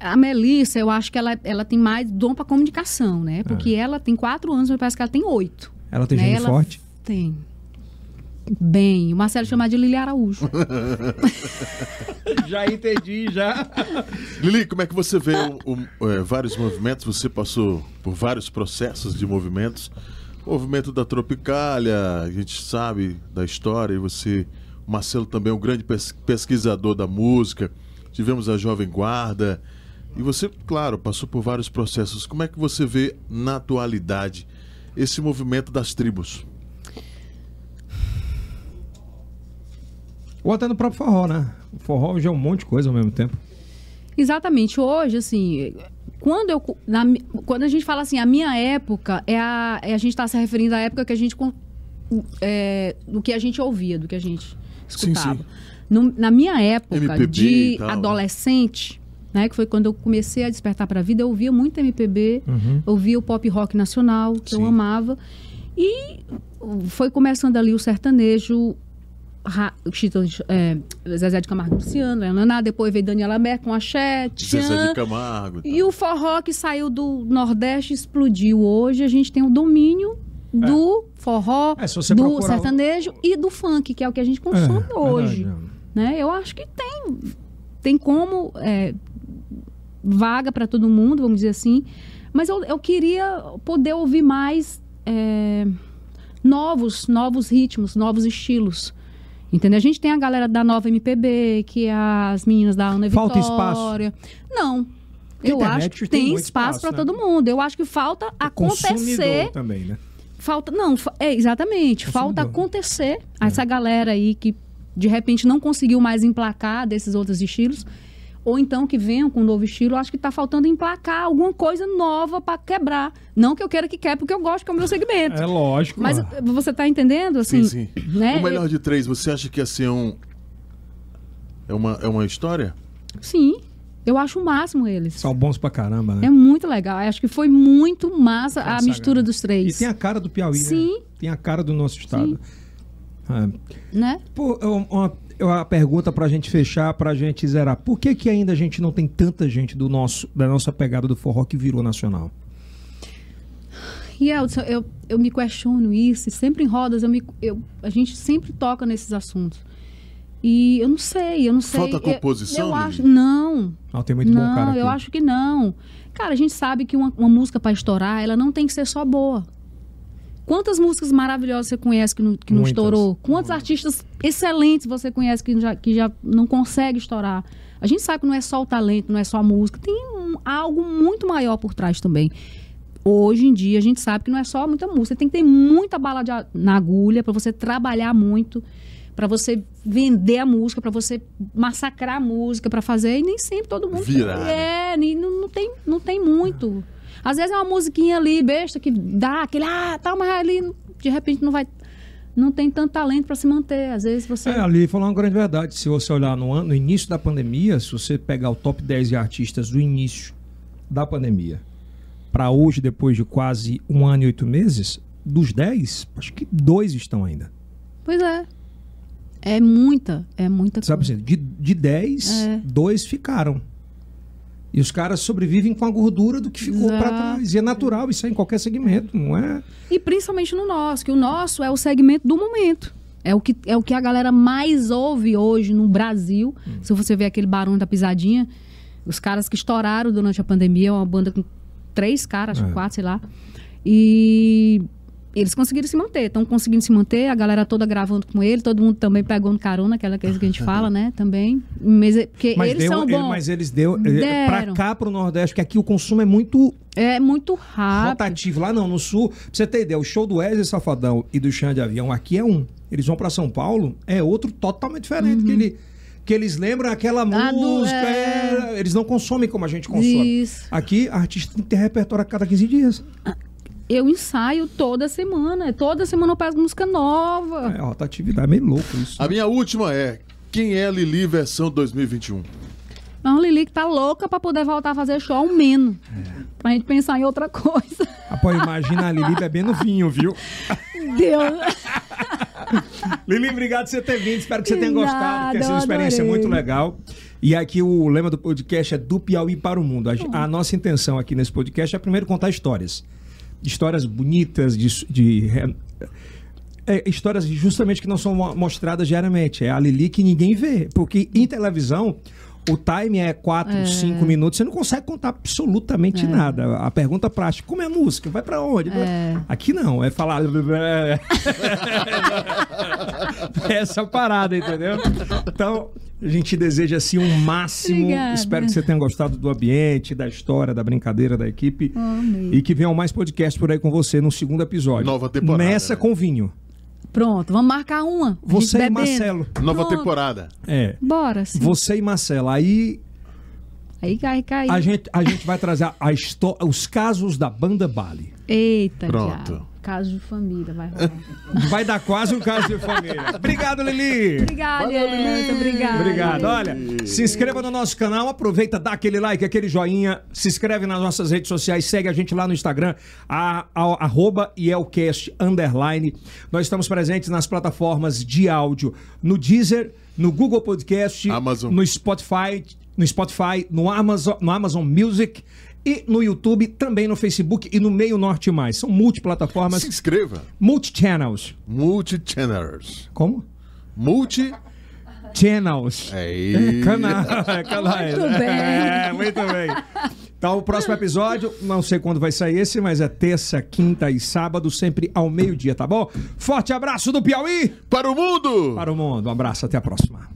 A Melissa, eu acho que ela, ela tem mais dom pra comunicação, né? Porque ela tem quatro anos, mas parece que ela tem oito.
Ela É. tem
né?
gênio
Ela
forte?
Tem. Bem, o Marcelo chama de Lili Araújo.
Já entendi, já.
Lili, como é que você vê o- o- é, vários movimentos? Você passou por vários processos de movimentos. O movimento da Tropicália, a gente sabe da história, e você, o Marcelo também é um grande pes- pesquisador da música. Tivemos a Jovem Guarda. E você, claro, passou por vários processos. Como é que você vê na atualidade esse movimento das tribos?
Ou até no próprio forró, né? O forró já é um monte de coisa ao mesmo tempo.
Exatamente. Hoje, assim, quando eu. na mi- quando a gente fala assim, a minha época, é a, é a gente está se referindo à época que a gente. con- é, do que a gente ouvia, do que a gente
Sim,
escutava.
sim.
No- na minha época
MPB e
de
tal, né?
adolescente, né? Que foi quando eu comecei a despertar para a vida, eu ouvia muito MPB,
Uhum.
ouvia o pop rock nacional, que eu amava. E foi começando ali o sertanejo, Ra- Chitão de- é, Zezé de Camargo e Luciano, é, Leonaná, depois veio Daniela Mer com Axé,
Zezé de
Tchan.
Camargo. e tal.
E o forró que saiu do Nordeste explodiu. Hoje a gente tem o domínio do forró,
É, se você
do
procurar o-
sertanejo e do funk, que é o que a gente consome
É,
hoje.
verdade, é.
Né? Eu acho que tem, tem como é, vaga para todo mundo, vamos dizer assim. Mas eu, eu queria poder ouvir mais é, novos, novos ritmos, novos estilos. Entendeu? A gente tem a galera da nova MPB, que é as meninas da Ana
Falta
Vitória. Não. Eu
internet
acho
tem
que tem
muito
espaço
espaço,
para
né? É
todo mundo. Eu acho que falta acontecer
Consumidor também, né?
Falta. Não, fa- é, exatamente. Falta acontecer
É.
a essa galera aí que de repente não conseguiu mais emplacar desses outros estilos. Ou então que venham com um novo estilo, acho que tá faltando emplacar alguma coisa nova para quebrar. Não que eu queira que quebre, porque eu gosto que é o meu segmento.
É lógico.
Mas
ó.
eh, você tá entendendo? Assim,
Sim, sim.
Né?
O melhor de três, você acha que ia ser um. É uma, é uma história?
Eu- sim, eu acho o máximo eles.
São bons pra caramba, né?
É muito legal. Eu Acho que foi muito massa a
Essa
mistura
galera.
dos
né? E
três.
tem a cara do Piauí, né?
Sim.
Tem a cara do nosso estado. É.
Né?
Pô, é uma, uma- é uma pergunta pra gente fechar, pra gente zerar. Por que que ainda a gente não tem tanta gente do nosso, da nossa pegada do forró que virou nacional?
E Elton, eu, eu me questiono isso, e sempre em rodas eu me, eu, a gente sempre toca nesses assuntos. E eu não sei, eu não sei.
Falta
eu-
composição,
Eu,
Lili?
acho, não.
Não, tem muito bom
não,
cara aqui.
eu acho que não. Cara, a gente sabe que uma, uma música para estourar, ela não tem que ser só boa. Quantas músicas maravilhosas você conhece que não, que não
Muitas.
estourou? Quantos artistas excelentes você conhece que já, que já não consegue estourar? A gente sabe que não é só o talento, não é só a música. Tem um- algo muito maior por trás também. Hoje em dia a gente sabe que não é só muita música, tem que ter muita bala de a- na agulha para você trabalhar muito, para você vender a música, para você massacrar a música, para fazer e nem sempre todo mundo
Virar,
é, nem- não, não tem, não tem muito. Às vezes é uma musiquinha ali besta que dá aquele ah, tal, mas ali de repente não vai não tem tanto talento para se manter. Às vezes você
É, ali falou uma grande verdade. Se você olhar no, ano, no início da pandemia, se você pegar o top 10 de artistas do início da pandemia para hoje, depois de quase um ano e oito meses, dos dez, acho que dois estão ainda.
Pois é. É muita, é muita
Sabe
coisa.
assim, de, de dez,
É.
dois ficaram. E os caras sobrevivem com a gordura do que ficou para
Exato.
trás. E é natural isso é em qualquer segmento, não é?
E principalmente no nosso, que o nosso é o segmento do momento. É o que, é o que a galera mais ouve hoje no Brasil.
Hum.
Se você ver aquele Barão da Pisadinha, os caras que estouraram durante a pandemia, é uma banda com três caras,
É.
acho que quatro, sei lá. E eles conseguiram se manter, estão conseguindo se manter, a galera toda gravando com ele, todo mundo também pegando carona, aquela coisa que a gente fala, né? Também. Mas, é- porque
Mas,
eles
deu-
são
ele-
bons.
mas eles deu eh, pra
Deram.
cá, pro Nordeste, que aqui o consumo é muito
É muito rápido.
rotativo. Lá não, no Sul, pra você ter ideia, o show do Wesley Safadão e do Xande Avião aqui é um. Eles vão pra São Paulo, é outro totalmente diferente. Que, ele- que eles lembram aquela
Uhum. Ah, do-
música,
é.
é, eles não consomem como a gente consome.
Isso.
Aqui, artista tem que ter repertório a cada 15 dias.
Eu ensaio toda semana. Toda semana eu pego música nova.
É, a rotatividade é meio louco isso.
A minha última é: Quem é Lili versão 2021?
Mas o Lili que tá louca pra poder voltar a fazer show ao menos.
É.
Pra gente pensar em outra coisa.
Após imagina a Lili bebendo vinho, viu?
Deus.
Lili, obrigado por você ter vindo. Espero que você tenha
De
gostado,
nada,
que essa
eu
experiência é
adorei.
muito legal. E aqui o lema do podcast é do Piauí para o mundo. A,
Hum.
ge- a nossa intenção aqui nesse podcast é primeiro contar histórias. Histórias bonitas, de, s- de re- é, histórias justamente que não são mo- mostradas diariamente. É a Lili que ninguém vê. Porque em televisão, o time é 4, 5 minutos. Você não consegue contar absolutamente nada. A pergunta prática, como é a música? Vai pra onde? Aqui não, é falar... essa parada, entendeu? Então, a gente deseja assim um máximo.
Obrigada.
Espero que você tenha gostado do ambiente, da história, da brincadeira da equipe. E que venham mais podcasts por aí com você no segundo episódio.
Nova temporada,
Nessa
né?
com vinho.
Pronto, vamos marcar uma. A gente
Você e
bebendo.
Marcelo.
Nova
Pronto.
temporada.
É.
Bora, sim.
Você e Marcelo. Aí
Aí cai, cai.
a gente, a gente vai trazer a histó- os casos da banda Bali.
Eita,
Pronto.
Thiago. Caso de família, vai rolar.
Vai dar quase um caso de família. Obrigado, Lili.
Obrigada, Lili. Obrigada.
Obrigado. Olha, se inscreva no nosso canal, aproveita, dá aquele like, aquele joinha, se inscreve nas nossas redes sociais, segue a gente lá no Instagram, a, a- arroba ielcast, underline. Nós estamos presentes nas plataformas de áudio, no Deezer, no Google Podcast,
Amazon.
no Spotify, no Spotify, no Amazon, no Amazon Music e no YouTube, também no Facebook e no Meio Norte Mais. São
Se
multiplataformas,
inscreva.
multichannels.
Multi-channels.
Como?
Multi.
Channels.
É
Canal, é canal.
Muito bem.
É, muito bem. Então, o próximo episódio, não sei quando vai sair esse, mas é terça, quinta e sábado, sempre ao meio-dia, tá bom? Forte abraço do Piauí
Para o mundo!
para o mundo. Um abraço, até a próxima.